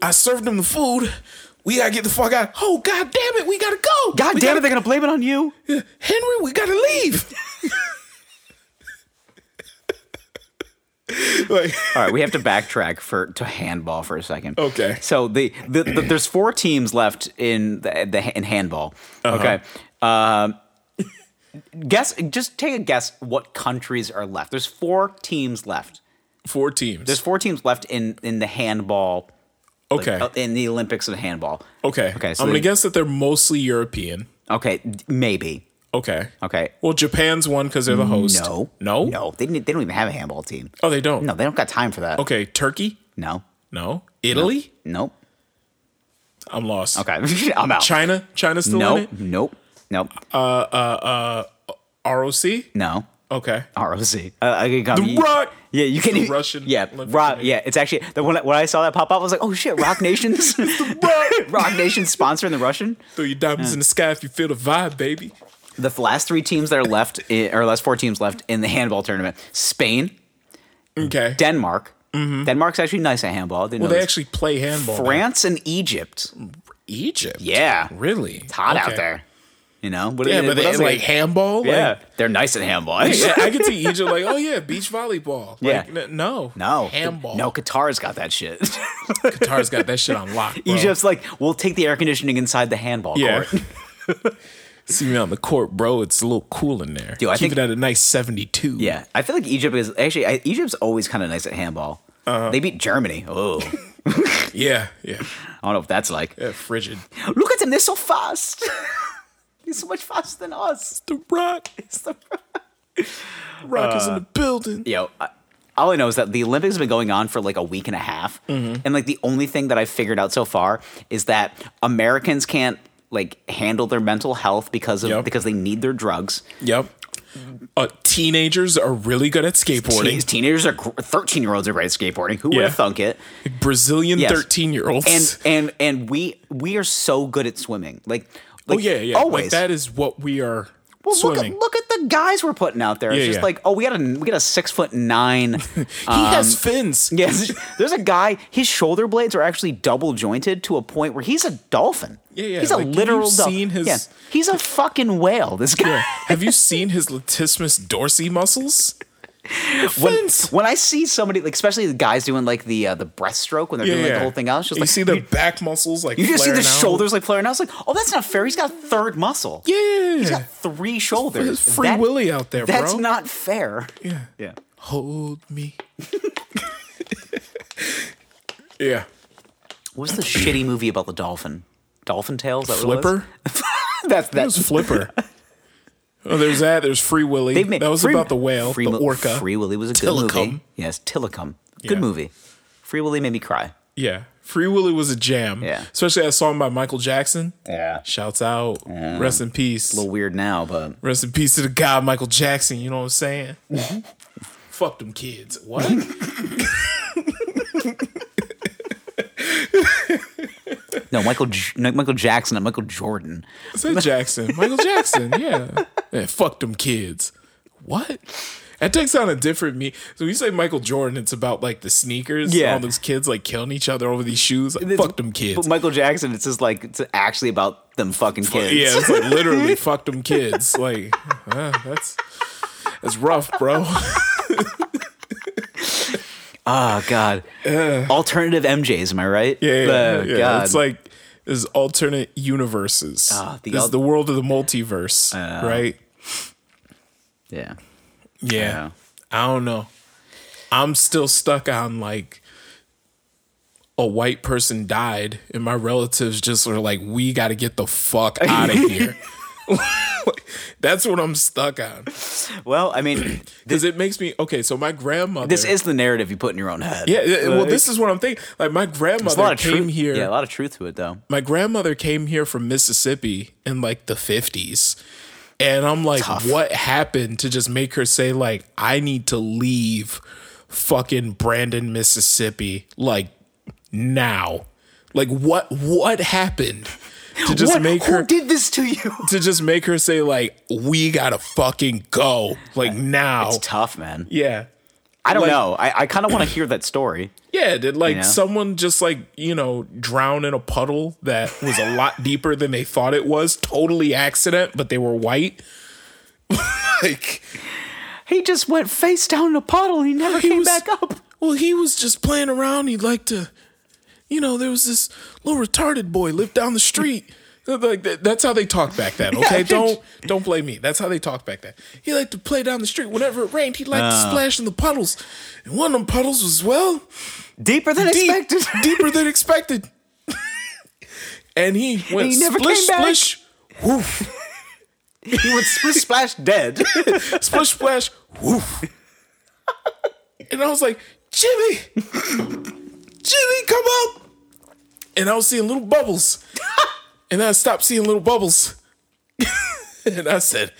I served him the food. We gotta get the fuck out. Oh god damn it, we gotta go. God we damn it, gotta they're gonna blame it on you. Henry, we gotta leave. like, All right, we have to backtrack for to handball for a second. Okay. So the, the, the there's four teams left in the, the in handball. Uh-huh. Okay. Um, guess just take a guess what countries are left. There's four teams left. [LAUGHS] four teams. There's four teams left in in the handball like, okay. uh, in the Olympics of handball. okay. Okay, so I'm gonna they- guess that they're mostly European. Okay, d- maybe. Okay. Okay. Mm. Well, Japan's one because they're the host. No. No. No. They didn't, they don't even have a handball team. Oh, they don't. No, they don't got time for that. Okay. Turkey. No. No. Italy. Nope. I'm lost. Okay. [LAUGHS] I'm out. China. China's still in Nope. it. Uh, Nope. Nope. ROC. No. Okay. ROC. Uh, I can come. you- Rock- Yeah, you can. even- Russian Yeah, Olympic rock. Committee. Yeah, it's actually the when I, when I saw that pop up, I was like, oh [LAUGHS] shit, Rock Nation's [LAUGHS] Rock Nation's sponsoring the Russian. Throw your diamonds in the sky if you feel the vibe, baby. The last three teams that are left, i- or last four teams left in the handball tournament: Spain, Okay. Denmark. Denmark's actually nice at handball. I Didn't Mm-hmm. well, know they this. actually play handball. now. France and Egypt. Egypt. Yeah, Really. it's hot out Okay. there. You know, what, Yeah, what but they else had, like they- handball. like- [LAUGHS] yeah, they're nice at handball. Yeah, I could see Egypt like, oh yeah, beach volleyball. Yeah. Like, n- no, [LAUGHS] No, handball. No, Qatar's got that [LAUGHS] shit. [LAUGHS] Qatar's got that shit on lock. Bro. Egypt's like, we'll take the air conditioning inside the handball yeah. court. [LAUGHS] [LAUGHS] see me on the court, bro. It's a little cool in there. Dude, I Keep think- it at a nice seventy-two. Yeah, I feel like Egypt is actually I, Egypt's always kind of nice at handball. Uh-huh. They beat Germany. Oh, [LAUGHS] I yeah, yeah, don't know if that's like. yeah. [LAUGHS] Frigid. Look at them; they're so fast. [LAUGHS] they're so much faster than us. The Rock, It's [LAUGHS] the- Uh, Rock is in the building. Yo, I, all I know is that the Olympics have been going on for like a week and a half, Mm-hmm. and like the only thing that I've figured out so far is that Americans can't like handle their mental health because of Yep. because they need their drugs. Yep. Uh, teenagers are really good at Teen- skateboarding. teenagers are thirteen year olds are great at skateboarding. Who would Yeah. have thunk it? Brazilian Yes. thirteen-year-olds. and and and we we are so good at swimming. Like, like oh yeah, yeah. always. Like, that is what we are well, look swimming. at look at the guys we're putting out there. It's Yeah, just yeah. like, oh, we got a we got a six [LAUGHS] foot nine. he has fins. yes, there's a guy. His shoulder blades are actually double jointed to a point where he's a dolphin. Yeah, yeah, He's a like, have you literal dolphin. seen his- Yeah, he's a fucking whale. This guy. [LAUGHS] Have you seen his latissimus dorsi muscles? when, Fins. [LAUGHS] when I see somebody, like especially the guys doing like the uh, the breaststroke when they're doing like, the whole thing out, it's just you like see their back muscles like you just see flaring the out. shoulders like flaring out. It's like, oh, that's not fair. He's got a third muscle. Yeah, He's got three shoulders. There's free That- Willy out there, That's bro. not fair. yeah. Yeah. Hold me. [LAUGHS] yeah. What's the shitty movie about the dolphin? Dolphin Tales? That what it was? Flipper. [LAUGHS] That's That that's was Flipper. Oh, there's that. There's Free Willy. they've made- that was Free- about the whale, Free, the Wi- orca. Free Willy was a good Tillicum. movie. Yes, Tillicum. Good Yeah. movie. Free Willy made me cry. Yeah. Free Willy was a jam. Yeah. Especially that song by Michael Jackson. Yeah. Shouts out. Rest in peace. A little weird now, but Rest in peace to the guy Michael Jackson. You know what I'm saying? Mm-hmm. Fuck them kids. [LAUGHS] What? no, Michael J- no, Michael Jackson, not Michael Jordan. Said Jackson. Michael Jackson. Yeah. [LAUGHS] yeah. Fuck them kids. What? That takes on a different me. So when you say Michael Jordan, it's about like the sneakers. Yeah. All those kids like killing each other over these shoes. Like, It's- fuck them But kids. Michael Jackson, it's just like it's actually about them fucking kids. Yeah, it's like [LAUGHS] literally fuck them kids. Like uh, that's that's rough, [LAUGHS] bro. Oh god. Alternative MJs, am I right? Uh. Yeah, yeah, Oh, yeah. God. It's like there's alternate universes. Ah, the There's al- Ah. the world of the multiverse, right? yeah. Yeah. Yeah. I don't know. I'm still stuck on like a white person died and my relatives just were like, we got to get the [LAUGHS] fuck out of here. [LAUGHS] That's what I'm stuck on. Well, I [CLEARS THROAT] mean, Because it makes me, okay, so my grandmother. this is the narrative you put in your own head. Yeah, yeah, well, this is what I'm thinking. Like, my There's a lot grandmother of came truth here. Yeah, a lot of truth to it though. my grandmother came here from Mississippi in like the 50s. And I'm like, what happened to just make her say, like, I need to leave fucking Brandon, Mississippi, like now? Like what what happened to just What? make Who her did this to you? to just make her say like we gotta fucking go like now [LAUGHS] It's tough, man. yeah I don't Oh. Like- know. I, I kind of want to hear that story. Yeah, did like know? someone just like, you know, drown in a puddle that was a lot deeper than they thought it was? Totally accident, but they were white. [LAUGHS] like He just went face down in a puddle. He never He came was- back up. Well, he was just playing around. He'd like to, you know, there was this little retarded boy lived down the street. Like that, that's how they talked back then. Okay, dude. don't don't blame me. That's how they talked back then. He liked to play down the street. Whenever it rained, he liked to splash in the puddles. And one of them puddles was well Deeper than deep, expected. [LAUGHS] deeper than expected. and he went he never splish, came back. splish, woof, he went splish splash dead. splish, splash, woof. and I was like, Jimmy, [LAUGHS] Jimmy, come up. And I was seeing little bubbles. and I stopped seeing little bubbles. [LAUGHS] and I said,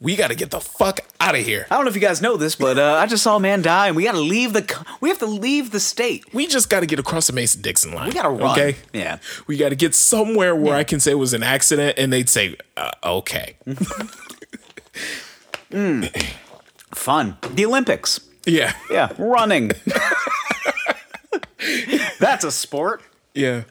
we got to get the fuck out of here. I don't know if you guys know this, but uh, I just saw a man die, and we gotta leave the. co- We have to leave the state. We just got to get across the Mason Dixon line. We gotta run. Okay. Yeah. We got to get somewhere where I can say it was an accident and they'd say, uh, okay. Mm-hmm. Fun. The Olympics. Yeah. Yeah. [LAUGHS] Running. That's a sport. Yeah.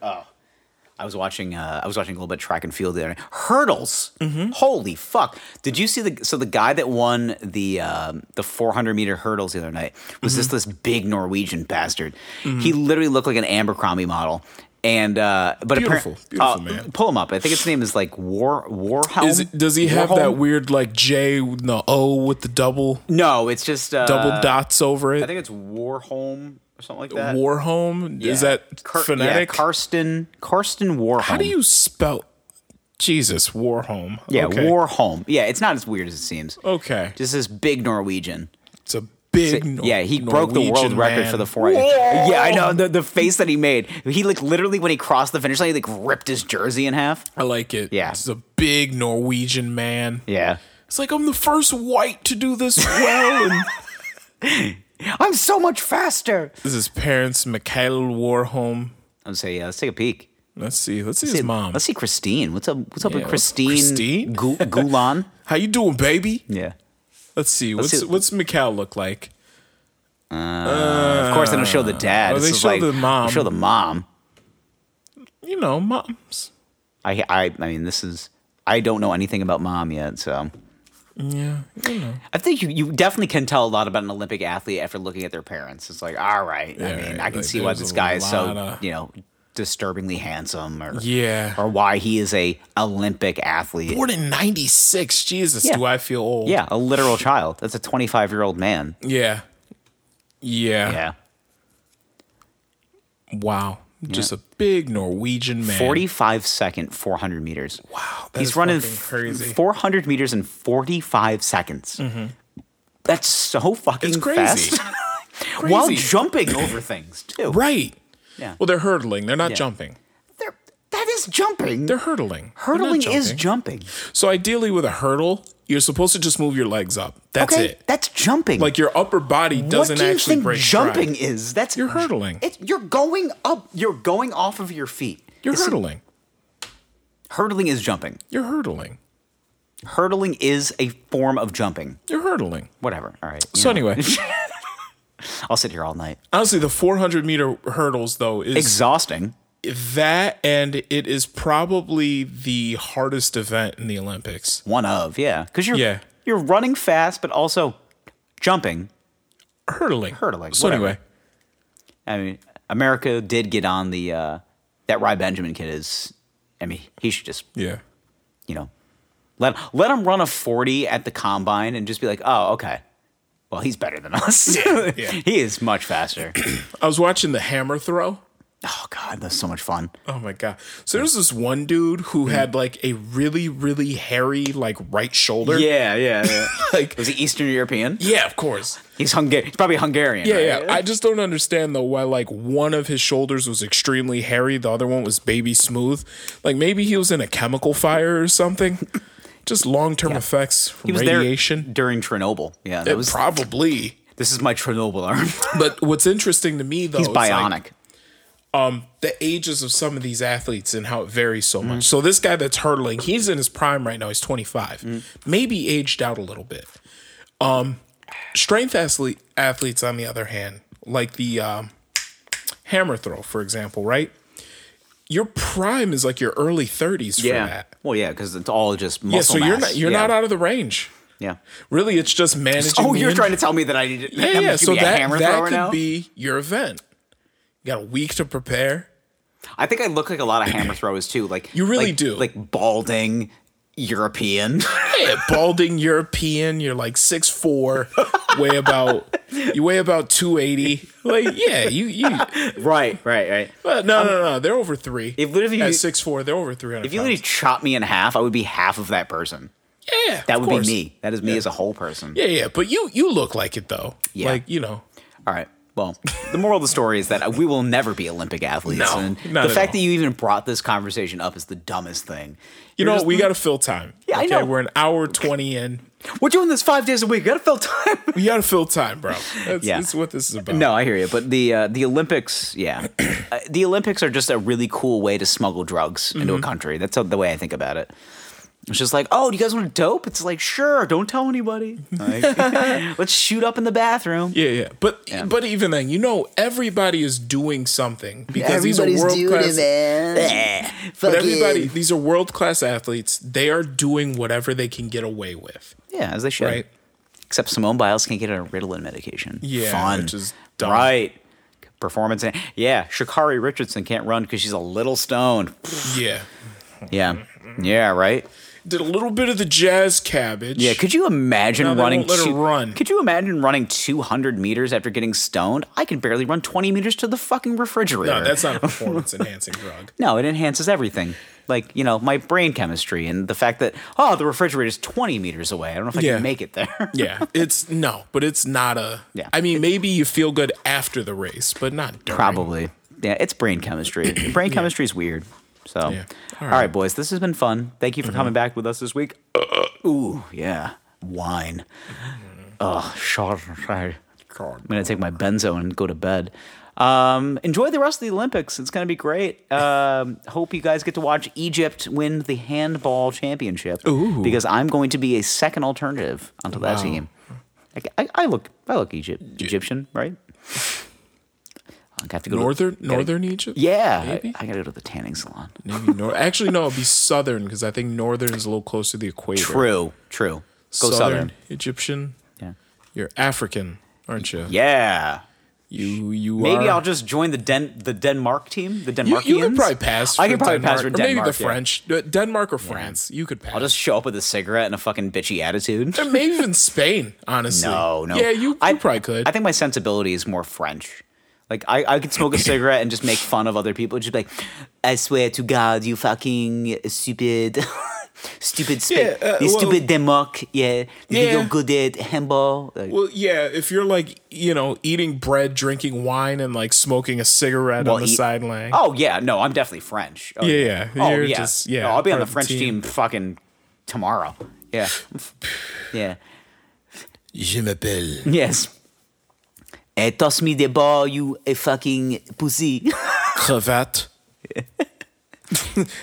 I was watching. Uh, I was watching a little bit of track and field the other night. Hurdles. Mm-hmm. Holy fuck! Did you see the? So the guy that won the um, the 400 meter hurdles the other night was Mm-hmm. just this big Norwegian bastard. He literally looked like an Abercrombie model. And uh, but appar- Beautiful. Beautiful uh, man. Pull him up. I think his name is like War Warholm. Is it, does he have Warholm? that weird like J with the O with the double No, it's just uh, double dots over I it? think it's Warholm or something like that. Warholm is Yeah. that Car- phonetic? Yeah, Karsten Karsten Warholm. How do you spell Jesus Warholm? Yeah, okay. Warholm. Yeah, it's not as weird as it seems. Okay, Just this big Norwegian. it's a big. Nor- Yeah, he broke the world Norwegian record man. for the 400. Yeah, I know the, the face that he made. He like literally when he crossed the finish line, he like ripped his jersey in half. I like it. Yeah. it's a big Norwegian man. Yeah. It's like I'm the first white to do this well. [LAUGHS] and I'm so much faster. this is his parents, Mikhail Warholm. I'm saying, yeah, let's take a peek. Let's see. Let's see his Dude, mom. Let's see Christine. What's up? What's up Yeah, with Christine? Christine? Gu- Gulan. How you doing, baby? [LAUGHS] yeah. Let's see. what's see. what's Mikhail look like? Of course, they don't show the dad. oh, This they is show like- the mom. They show the mom. You know, moms. I, I, I mean, this is. I don't know anything about mom yet, so Yeah, you know. I think you, you definitely can tell a lot about an Olympic athlete after looking at their parents. It's like, all right, I Yeah, mean, right, I can like, see why there's this a guy is so lot of- you know disturbingly handsome, or Yeah. or why he is a Olympic athlete. Born in '96. Jesus, Yeah. do I feel old? Yeah, a [LAUGHS] literal child. That's a 25 year old man. yeah, yeah. Yeah, Wow, just a big Norwegian man. 45 second 400 meters. Wow, that He's is running fucking f- crazy. Mm-hmm. 400 meters in 45 seconds. That's so fucking It's crazy. fast. [LAUGHS] [LAUGHS] While Crazy. jumping over things too. right. Yeah. Well, they're hurdling. They're not jumping. They're- that is jumping. They're hurdling. They're not Hurdling is jumping. jumping. so ideally with a hurdle, you're supposed to just move your legs up. That's okay, it. that's jumping. Like your upper body doesn't what do you actually think break jumping stride. is? That's You're hurdling. It's you're going up. You're going off of your feet. You're It's- hurdling. Hurdling is jumping. You're hurdling. Hurdling is a form of jumping. You're hurdling. Whatever. All right. you So know. anyway, [LAUGHS] I'll sit here all night. honestly, the 400 meter hurdles though is Exhausting. that, and it is probably the hardest event in the Olympics. One of yeah, because you're Yeah. you're running fast, but also jumping. Hurdling. Hurdling, So whatever. anyway, I mean, America did get on the uh, that Rye Benjamin kid is. I mean, he should just yeah. you know let let him run a forty at the combine and just be like, oh okay, well he's better than us. [LAUGHS] yeah. he is much faster. [CLEARS THROAT] I was watching the hammer throw. Oh God, that's so much fun. Oh my god! So there's this one dude Hmm. who had like a really, really hairy like right shoulder. Yeah, yeah. [LAUGHS] yeah. Like Was he Eastern European? yeah, of course. He's Hungarian. He's probably Hungarian. Yeah, right? yeah. I just don't understand though why like one of his shoulders was extremely hairy, the other one was baby smooth. Like maybe he was in a chemical fire or [LAUGHS] something. Just long term effects from He was radiation. there during Chernobyl. Yeah, It that was. probably. this is my [LAUGHS] Chernobyl arm. But what's interesting to me though He's is like, bionic. the ages of some of these athletes and how it varies so much. So this guy that's hurdling, he's in his prime right now. He's 25, maybe aged out a little bit. Um, strength athlete athletes, on the other hand, like the um, hammer throw, for example, right? Your prime is like your early 30s for yeah. that. Well, yeah, because it's all just muscle Yeah, so you're mass. not you're yeah. not out of the range. Yeah. Really, it's just managing. Oh, the you're injury. trying to tell me that I need to Yeah, yeah. So be a that hammer that thrower could now? be your event. You got a week to prepare. I think I look like a lot of hammer throwers too. Like You really like- do. Like balding European. [LAUGHS] Yeah, balding European. You're like six four, weigh about you weigh about two eighty. Like yeah, you you. right, right, right. But no, no, no, they're over three. If literally you- at six four, they're over three hundred. If you literally chop me in half, I would be half of that person. yeah, That of would course. be me. That is me as a whole person. Yeah, yeah, but you you look like it though. Yeah. like you know. All right. Well, the moral of the story is that we will never be Olympic athletes. No, and not the at fact all. that you even brought this conversation up is the dumbest thing. You know, what? we got to fill time. Yeah, I okay, know. We're an hour twenty in. We're doing this five days a week. Gotta fill time. We got to fill time, bro. That's, Yeah. that's what this is about. no, I hear you. But the uh, the [CLEARS THROAT] Olympics, yeah, uh, the Olympics are just a really cool way to smuggle drugs into a Mm-hmm. country. That's the way I think about it. It's just like, oh, do you guys want to dope? It's like, sure, don't tell anybody. [LAUGHS] Like, [LAUGHS] let's shoot up in the bathroom. Yeah, yeah, but but even then, you know, everybody is doing something because these Everybody's are world class. man. But everybody, these are world class athletes. They are doing whatever they can get away with, Yeah, as they should. right? Except Simone Biles can't get her Ritalin medication. Yeah, Fun. which is dumb. Right. Performance. and- Yeah, Shakari Richardson can't run because she's a little stoned. Yeah. Yeah. Yeah, right? Did a little bit of the jazz cabbage. Yeah, could you imagine No, they running won't let her run. Could you imagine running 200 meters after getting stoned? I can barely run 20 meters to the fucking refrigerator. no, that's [LAUGHS] not a performance enhancing drug. No, it enhances everything. Like, you know, my brain chemistry and the fact that, oh, the refrigerator's 20 meters away. I don't know if I Yeah. can make it there. Yeah, it's no, but it's not a. Yeah. I mean, maybe you feel good after the race, but not during. Probably. Yeah, it's brain chemistry. brain chemistry is weird. So, all Yeah. right. All right. Mm-hmm. boys, this has been fun. Thank you for coming back with us this week. Uh, Ooh, yeah, wine. Oh, I'm God. gonna take my benzo and go to bed. Um, enjoy the rest of the Olympics. It's gonna be great. Um, hope you guys get to watch Egypt win the handball championship. Ooh. Because I'm going to be a second alternative onto that Wow. team. I, I, I look, I look Egypt, Egyptian, right? I have to go to- Northern gotta- Northern Egypt. yeah, I- Maybe? I, gotta go to the tanning salon. Maybe nor- Actually, no, it'd be southern because I think northern is a little closer to the equator. True, true. Go southern, southern. Egyptian. Yeah. You're African, aren't you? Yeah. You you Maybe are- I'll just join the Den the Denmark team, the You, Denmarkians. you could probably pass. I could probably pass for or Denmark. maybe the yeah. French, Uh, Denmark or France. You could pass. I'll just show up with a cigarette and a fucking bitchy attitude. Or maybe even Spain. Honestly, No, no. Yeah, you, you I- probably could. I think my sensibility is more French. Like I, I could smoke a cigarette and just make fun of other people. Just be like, I swear to God, you fucking stupid, [LAUGHS] stupid, Spa- Yeah, uh, you well- stupid Denmark. Yeah, Yeah. you don't good at handball. Like, well, yeah, if you're like you know eating bread, drinking wine, and like smoking a cigarette on the eat- sideline. Oh yeah, no, I'm definitely French. Oh, Yeah, yeah, Oh you're yeah. just- yeah, No, I'll be part on the of the French team. team. fucking tomorrow. [SIGHS] Yeah, yeah, Je m'appelle. yes. Hey, toss me the ball, you a fucking pussy. [LAUGHS] cravat.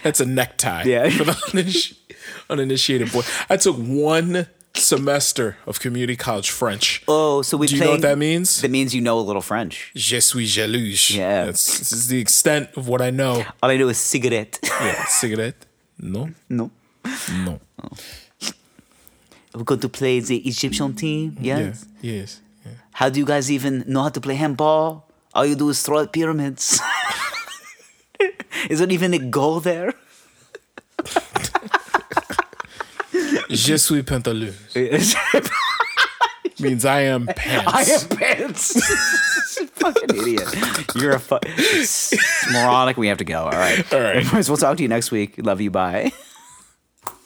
That's a necktie. Yeah. For the uniniti- uninitiated boy. I took one semester of community college French. Oh, so we. Do you know what that means? That means you know a little French. Je suis jalouse. Yeah. That's, this is the extent of what I know. All I know is cigarette. [LAUGHS] Yeah. Cigarette? No. no. No. We're going to play the Egyptian team. Yes. Mm-hmm. Yes. Yes. Yeah. How do you guys even know how to play handball? All you do is throw at pyramids. [LAUGHS] is there even a goal [LAUGHS] there? Je suis [LAUGHS] pantaloons. means I am pants. [LAUGHS] I have pants. fucking idiot. You're a fuck. It's moronic. We have to go. All right. All right. Anyways, we'll talk to you next week. Love you. Bye.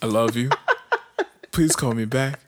I love you. Please call me back.